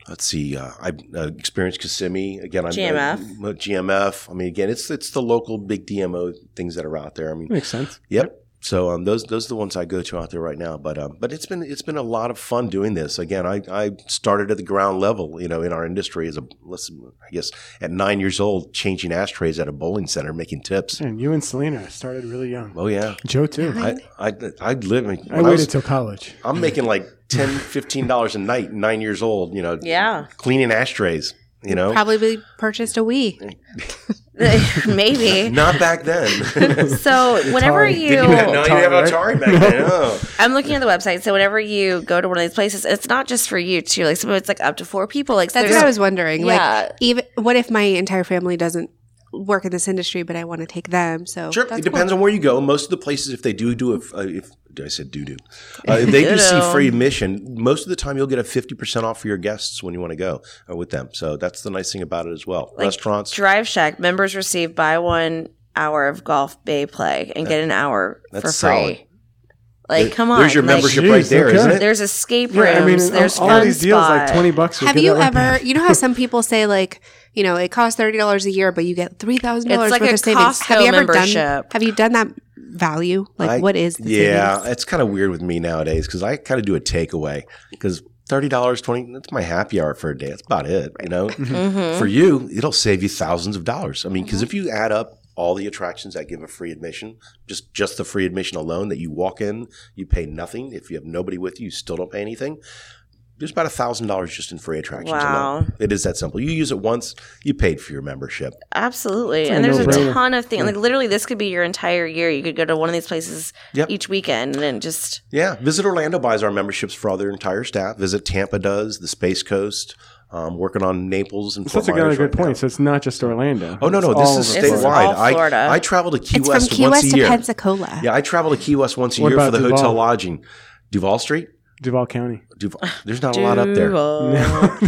let's see, uh, I uh, experienced Kissimmee again. I'm,
GMF.
uh, GMF. I mean, again, it's it's the local big DMO things that are out there. I mean,
Makes sense.
Yep. So um, those those are the ones I go to out there right now. But um, but it's been it's been a lot of fun doing this. Again, I, I started at the ground level, you know, in our industry as a listen, I guess at nine years old, changing ashtrays at a bowling center, making tips.
And you and Selena started really young.
Oh yeah,
Joe too. I,
I I I live. when I
waited
was-
till college.
I'm making like 10 dollars a night, nine years old. You know,
Yeah.
cleaning ashtrays. You know,
Probably purchased a Wii.
Maybe.
not back then.
So whenever
Atari.
you,
Didn't have- no, you have
Atari,
Atari back then. Oh.
I'm looking at the website. So whenever you go to one of these places, it's not just for you too. Like some of it's like up to four people. Like so
That's
there's-
what I was wondering.
Yeah.
Like, even what if my entire family doesn't work in this industry, but I want to take them. So
Sure.
that's
It depends on where you go. Most of the places, if they do do if, uh, if I said do do, uh, if they do see
Ditto.
free admission, most of the time you'll get a fifty percent off for your guests when you want to go uh, with them. So that's the nice thing about it as well. Restaurants,
Drive Shack members receive buy one hour of golf bay play and get an hour
that's
for free.
solid.
Like,
There-
come on,
There's your
like,
membership
Jeez,
right there,
okay.
not it?
There's escape rooms.
Yeah, I mean,
there's
all,
fun
all these deals like
spot.
twenty bucks. will
Have
get
you
it right
ever?
back.
You know how some people say like, you know, it costs thirty dollars a year, but you get three thousand dollars
It's like
worth
a
of savings. Have you
Costco
ever done?
membership.
Have you done that value? Like,
I-
what is? The
yeah,
savings?
it's kind of weird with me nowadays because I kind of do a takeaway because thirty dollars, twenty that's my happy hour for a day. That's about it, you know.
Mm-hmm.
For you, it'll save you thousands of dollars. I mean, because if you add up all the attractions that give a free admission, just just the free admission alone, that you walk in, you pay nothing. If you have nobody with you, you still don't pay anything. There's about thousand dollars just in free attractions
Wow.
alone. It is that simple. You use it once, you paid for your membership.
Absolutely.
a
And there's
no-brainer.
a ton of things. Like literally this could be your entire year. You could go to one of these places
Yep.
each weekend and then just
Yeah, Visit Orlando buys our memberships for all their entire staff. Visit Tampa does, the Space Coast, um, working on Naples and
So
Fort
that's a got a
Myers
good
right
point.
now.
So it's not just Orlando.
Oh no, no,
It's all
this is
over the
This
statewide.
is
place.
all Florida.
I, I travel to Key
it's
West
from Key
once
West
a
to
year.
Pensacola.
Yeah, I travel to Key West once a
What
year for
about
the
Duval?
hotel lodging. Duval Street,
Duval County.
Duval. There's not a lot up there.
Duval.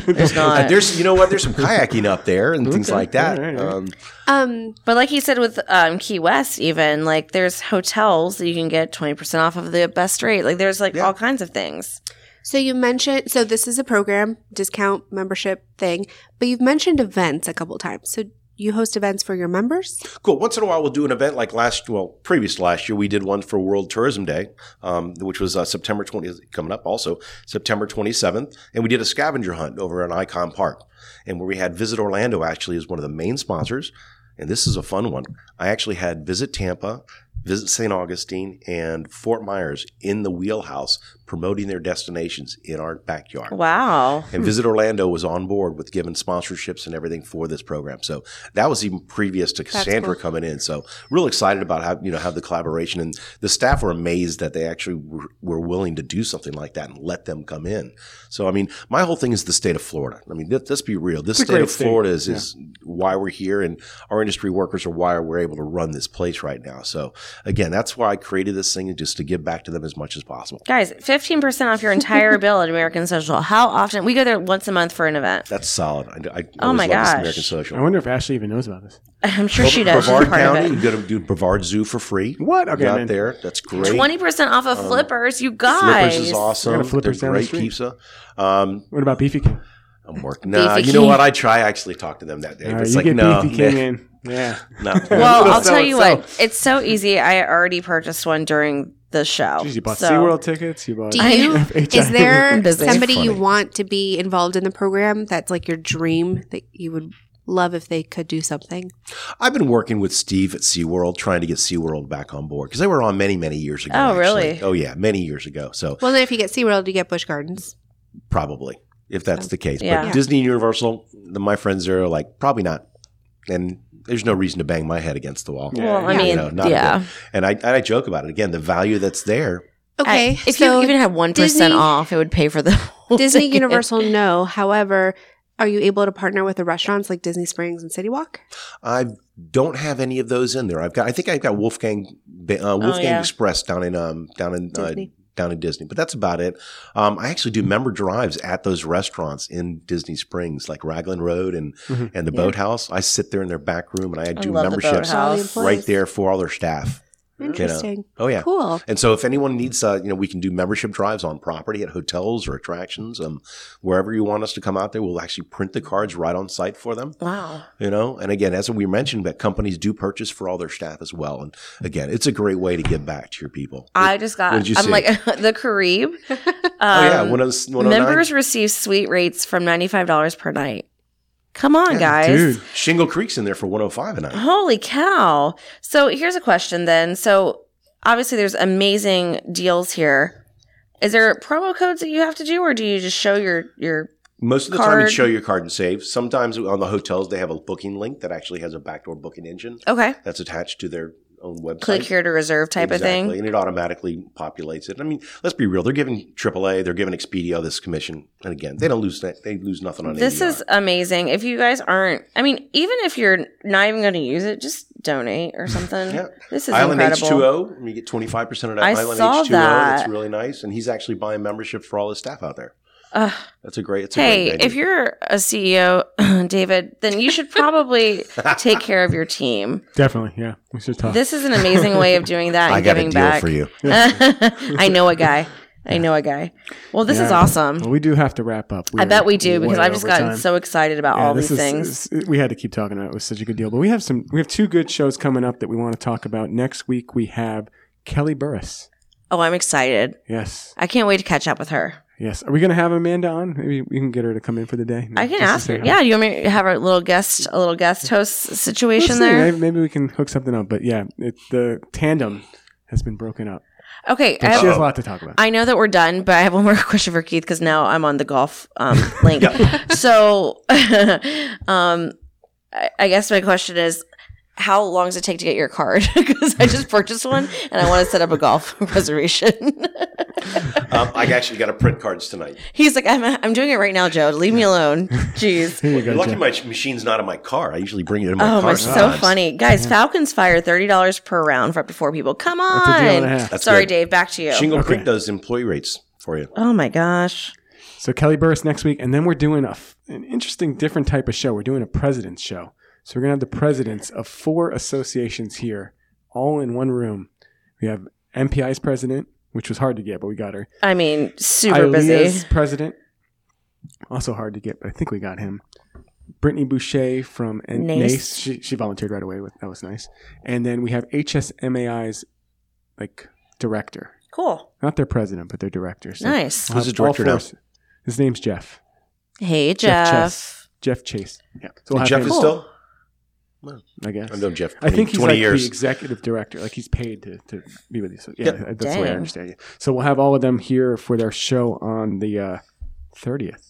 there's
Uh,
not.
there's, you know what? There's some kayaking up there and things
Okay,
like that.
all right, all right.
Um,
Um,
but like he said with um, Key West, even like there's hotels that you can get 20% off of the best rate. Like there's like all kinds of things.
so you mentioned so this is a program discount membership thing, but you've mentioned events a couple times. So you host events for your members.
cool. Once in a while, we'll do an event like last, well, previous to last year, we did one for World Tourism Day, um, which was uh, September 20th, coming up also, September 27th. And we did a scavenger hunt over in Icon Park, and where we had Visit Orlando actually as one of the main sponsors. And this is a fun one. I actually had Visit Tampa, Visit St. Augustine, and Fort Myers in the wheelhouse promoting their destinations in our backyard.
Wow.
And Visit Orlando was on board with giving sponsorships and everything for this program. So that was even previous to Cassandra
cool.
coming in. So real excited about how you know how the collaboration and the staff were amazed that they actually were, were willing to do something like that and let them come in. So I mean, my whole thing is the state of Florida. I mean, let, let's be real. This
It's a
state
great
of
state.
Florida is, is why we're here, and our industry workers are why we're able to run this place right now. So again, that's why I created this thing just to give back to them as much as possible.
Guys, 15% off your entire bill at American Social. How often? We go there once a month for an event.
That's solid. I, I
Oh
always
my
love this
gosh.
American Social.
I wonder if Ashley even knows about this.
I'm sure she does. She's
Brevard
part of
County,
it.
you go to do Brevard Zoo for free.
What? Okay,
out
man.
there. That's great.
20% off of flippers, you guys.
Um, Flippers is
I
awesome.
got a Flippers
They're
down the
great
street.
pizza. Um,
What about Beefy King?
I'm working. Nah,
Beefy
you know
King.
what? I try actually talk to them that day.
All
but
right,
it's
you
like
get
no,
Beefy King
nah,
in. Yeah.
nah.
Well,
It'll
I'll
sell
tell you
itself.
what, it's so easy. I already purchased one during the show.
Jeez, you bought
so.
SeaWorld tickets. You bought.
Do you? Is there
busy.
somebody you
Funny.
want to be involved in the program that's like your dream that you would love if they could do something?
I've been working with Steve at SeaWorld trying to get SeaWorld back on board because they were on many, many years ago.
Oh,
actually.
really?
Oh, yeah, many years ago. So
Well, then if you get SeaWorld, you get Busch Gardens.
probably if that's the case.
Yeah.
But Disney and Universal, the, my friends there are like probably not, and there's no reason to bang my head against the wall.
Well, I
Yeah.
mean,
You know, not a
yeah.
good- and I and I joke about it again. The value that's there
Okay.
I- if
so
you even had one percent
Disney-
off, it would pay for the whole
Disney
ticket.
Universal, no. However, are you able to partner with the restaurants like Disney Springs and City Walk?
I don't have any of those in there. I've got. I think I've got Wolfgang uh, Wolfgang
Oh, yeah.
Express down in um down in uh,
Disney.
down in Disney, but that's about it. Um, I actually do member drives at those restaurants in Disney Springs, like Raglan Road and
Mhm.
and the
Yeah.
Boathouse. I sit there in their back room and I do
love the
memberships
Boathouse.
Jolly employees.
right there for all their staff.
Interesting.
Oh yeah.
Cool.
And so, if anyone needs, uh, you know, we can do membership drives on property at hotels or attractions, um, wherever you want us to come out there. We'll actually print the cards right on site for them.
Wow.
You know, and again, as we mentioned, that companies do purchase for all their staff as well. And again, it's a great way to give back to your people.
I just got.
What did you
I'm
see?
like the Carib. Um,
oh yeah, one of
members receive suite rates from ninety five dollars per night. Come on, guys.
Dude,
Shingle Creek's in there for 105 a night.
Holy cow. So here's a question then. So obviously there's amazing deals here. Is there promo codes that you have to do or do you just show your your
Most of the time, you
Card.
show your card and save. Sometimes on the hotels, they have a booking link that actually has a backdoor booking engine
Okay.
that's attached to their own website.
click here to reserve type
exactly.
of thing.
and it automatically populates it. I mean, let's be real; they're giving AAA, they're giving Expedia this commission, and again, they don't lose that. They lose nothing on
This
ADR.
is amazing. If you guys aren't, I mean, even if you're not even going to use it, just donate or something.
Yeah.
This is
Island
incredible.
H2O. and You get twenty five percent of that
I
Island
saw
H2O.
that.
It's really nice, and he's actually buying membership for all his staff out there.
Ugh.
That's a great. It's a
hey,
great venue.
if you're a CEO, David, then you should probably take care of your team.
Definitely, yeah. We should talk.
This is an amazing way of doing that. And
I got a
giving
deal
back.
for you.
I know a guy. I know a guy. Well, this is
Yeah.
awesome.
well, we do have to wrap up.
I
are
bet we do because
way
I've just
over
gotten
time.
so excited about
Yeah,
all
this
these
is-
things.
is- we had to keep talking about. It. it was such a good deal. But we have some. We have two good shows coming up that we want to talk about next week. We have Kelly Burris.
oh, I'm excited.
Yes,
I can't wait to catch up with her.
yes. Are we going to have Amanda on? Maybe we can get her to come in for the day.
I
Just
can
to
ask
say
her.
hi.
Yeah, you want me to have a little guest, a little guest host
We'll
situation
see.
there?
Maybe, maybe we can hook something up. But yeah, it, the tandem has been broken up.
Okay, I,
But she has a
have-
lot to talk about.
Oh. I know that we're done, but I have one more question for Keith because now I'm on the golf um, link. So, um, I, I guess my question is. How long does it take to get your card? Because I just purchased one and I want to set up a golf reservation.
um, I actually got to print cards tonight.
He's like, I'm, I'm doing it right now, Joe. Leave me alone. Jeez.
Here you go.
You're lucky
Jeff.
my ch- machine's not in my car. I usually bring it in my
Oh,
car.
my, so
sometimes.
funny. Guys, Falcons fire $30 per round for up to four people. Come on.
a deal and a half.
That's
Sorry,
good.
Dave. Back to you.
Shingle
Okay.
Creek does employee rates for you.
oh, my gosh.
So Kelly Burris next week, and then we're doing a f- an interesting, different type of show. We're doing a president's show. So we're gonna have the presidents of four associations here, all in one room. We have MPI's president, which was hard to get, but we got her.
I mean, super
ILEA's
busy.
president, also hard to get, but I think we got him. Brittany Boucher from N-
Nace.
NACE. She, she volunteered right away. With, that was nice. And then we have HSMAI's like director,
Cool.
not their president, but their director. So
Nice.
we'll have
Who's the
all
director now?
four- His name's Jeff.
Hey,
Jeff
Jeff.
Chess. Jeff Chase. Yeah. So we'll have
Jeff
him,
is still.
I guess.
I've known Jeff. 20,
I think he's
20
like
years.
the executive director. Like he's paid to, to be with you. So, yeah, that's the way I
Dang.
understand it. So we'll have all of them here for their show on the uh, thirtieth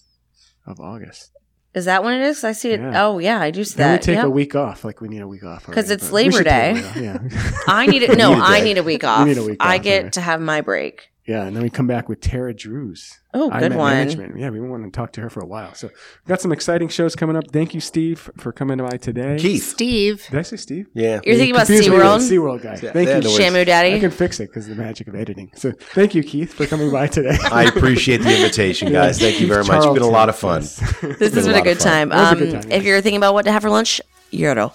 of August.
Is that what it is? I see it.
Yeah.
Oh, yeah. I do see
Then we
that.
take
Yep.
a week off. Like we need a week off
'Cause
already,
it's
but we
Labor
should take a
Day.
week off, Yeah.
I need it. No,
You need a
I
day.
need a week
We
off.
need a week
I
off,
get
right.
to have my break.
yeah, and then we come back with Tara Drews.
Oh,
I
good
Met
one.
Management. Yeah, we want to talk to her for a while. So we've got some exciting shows coming up. Thank you, Steve, for coming by today.
Keith.
Steve.
Did I say Steve?
Yeah.
You're thinking about
Confused me with
SeaWorld?
SeaWorld guy. Thank
they
you,
had to
Shamu Daddy?
I can fix it because the magic of editing. So thank you, Keith, for coming by today.
I appreciate the invitation, guys. Thank you very much. It's been a lot of fun.
This has
been
been
a
a
lot of
good
fun.
time.
was a
Um,
good time, yes.
If you're thinking about what to have for lunch, Euro.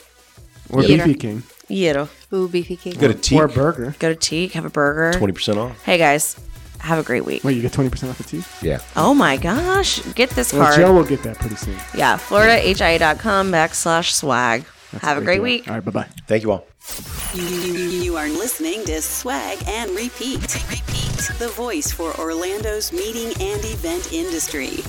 Or
Peter.
BB King.
Euro.
Ooh, beefy king.
Go to T.
Or a burger.
Go to Teak, have a burger.
Twenty percent off.
Hey, guys. Have a great week.
Wait, you get 20% off the tea?
Yeah.
Oh my gosh. Get this
Well,
card.
Joe will get that pretty soon.
yeah, floridahia.com backslash swag. Have a great
Deal.
week.
All right, bye-bye.
Thank you all.
You are listening to Swag and Repeat. Repeat. The voice for Orlando's meeting and event industry.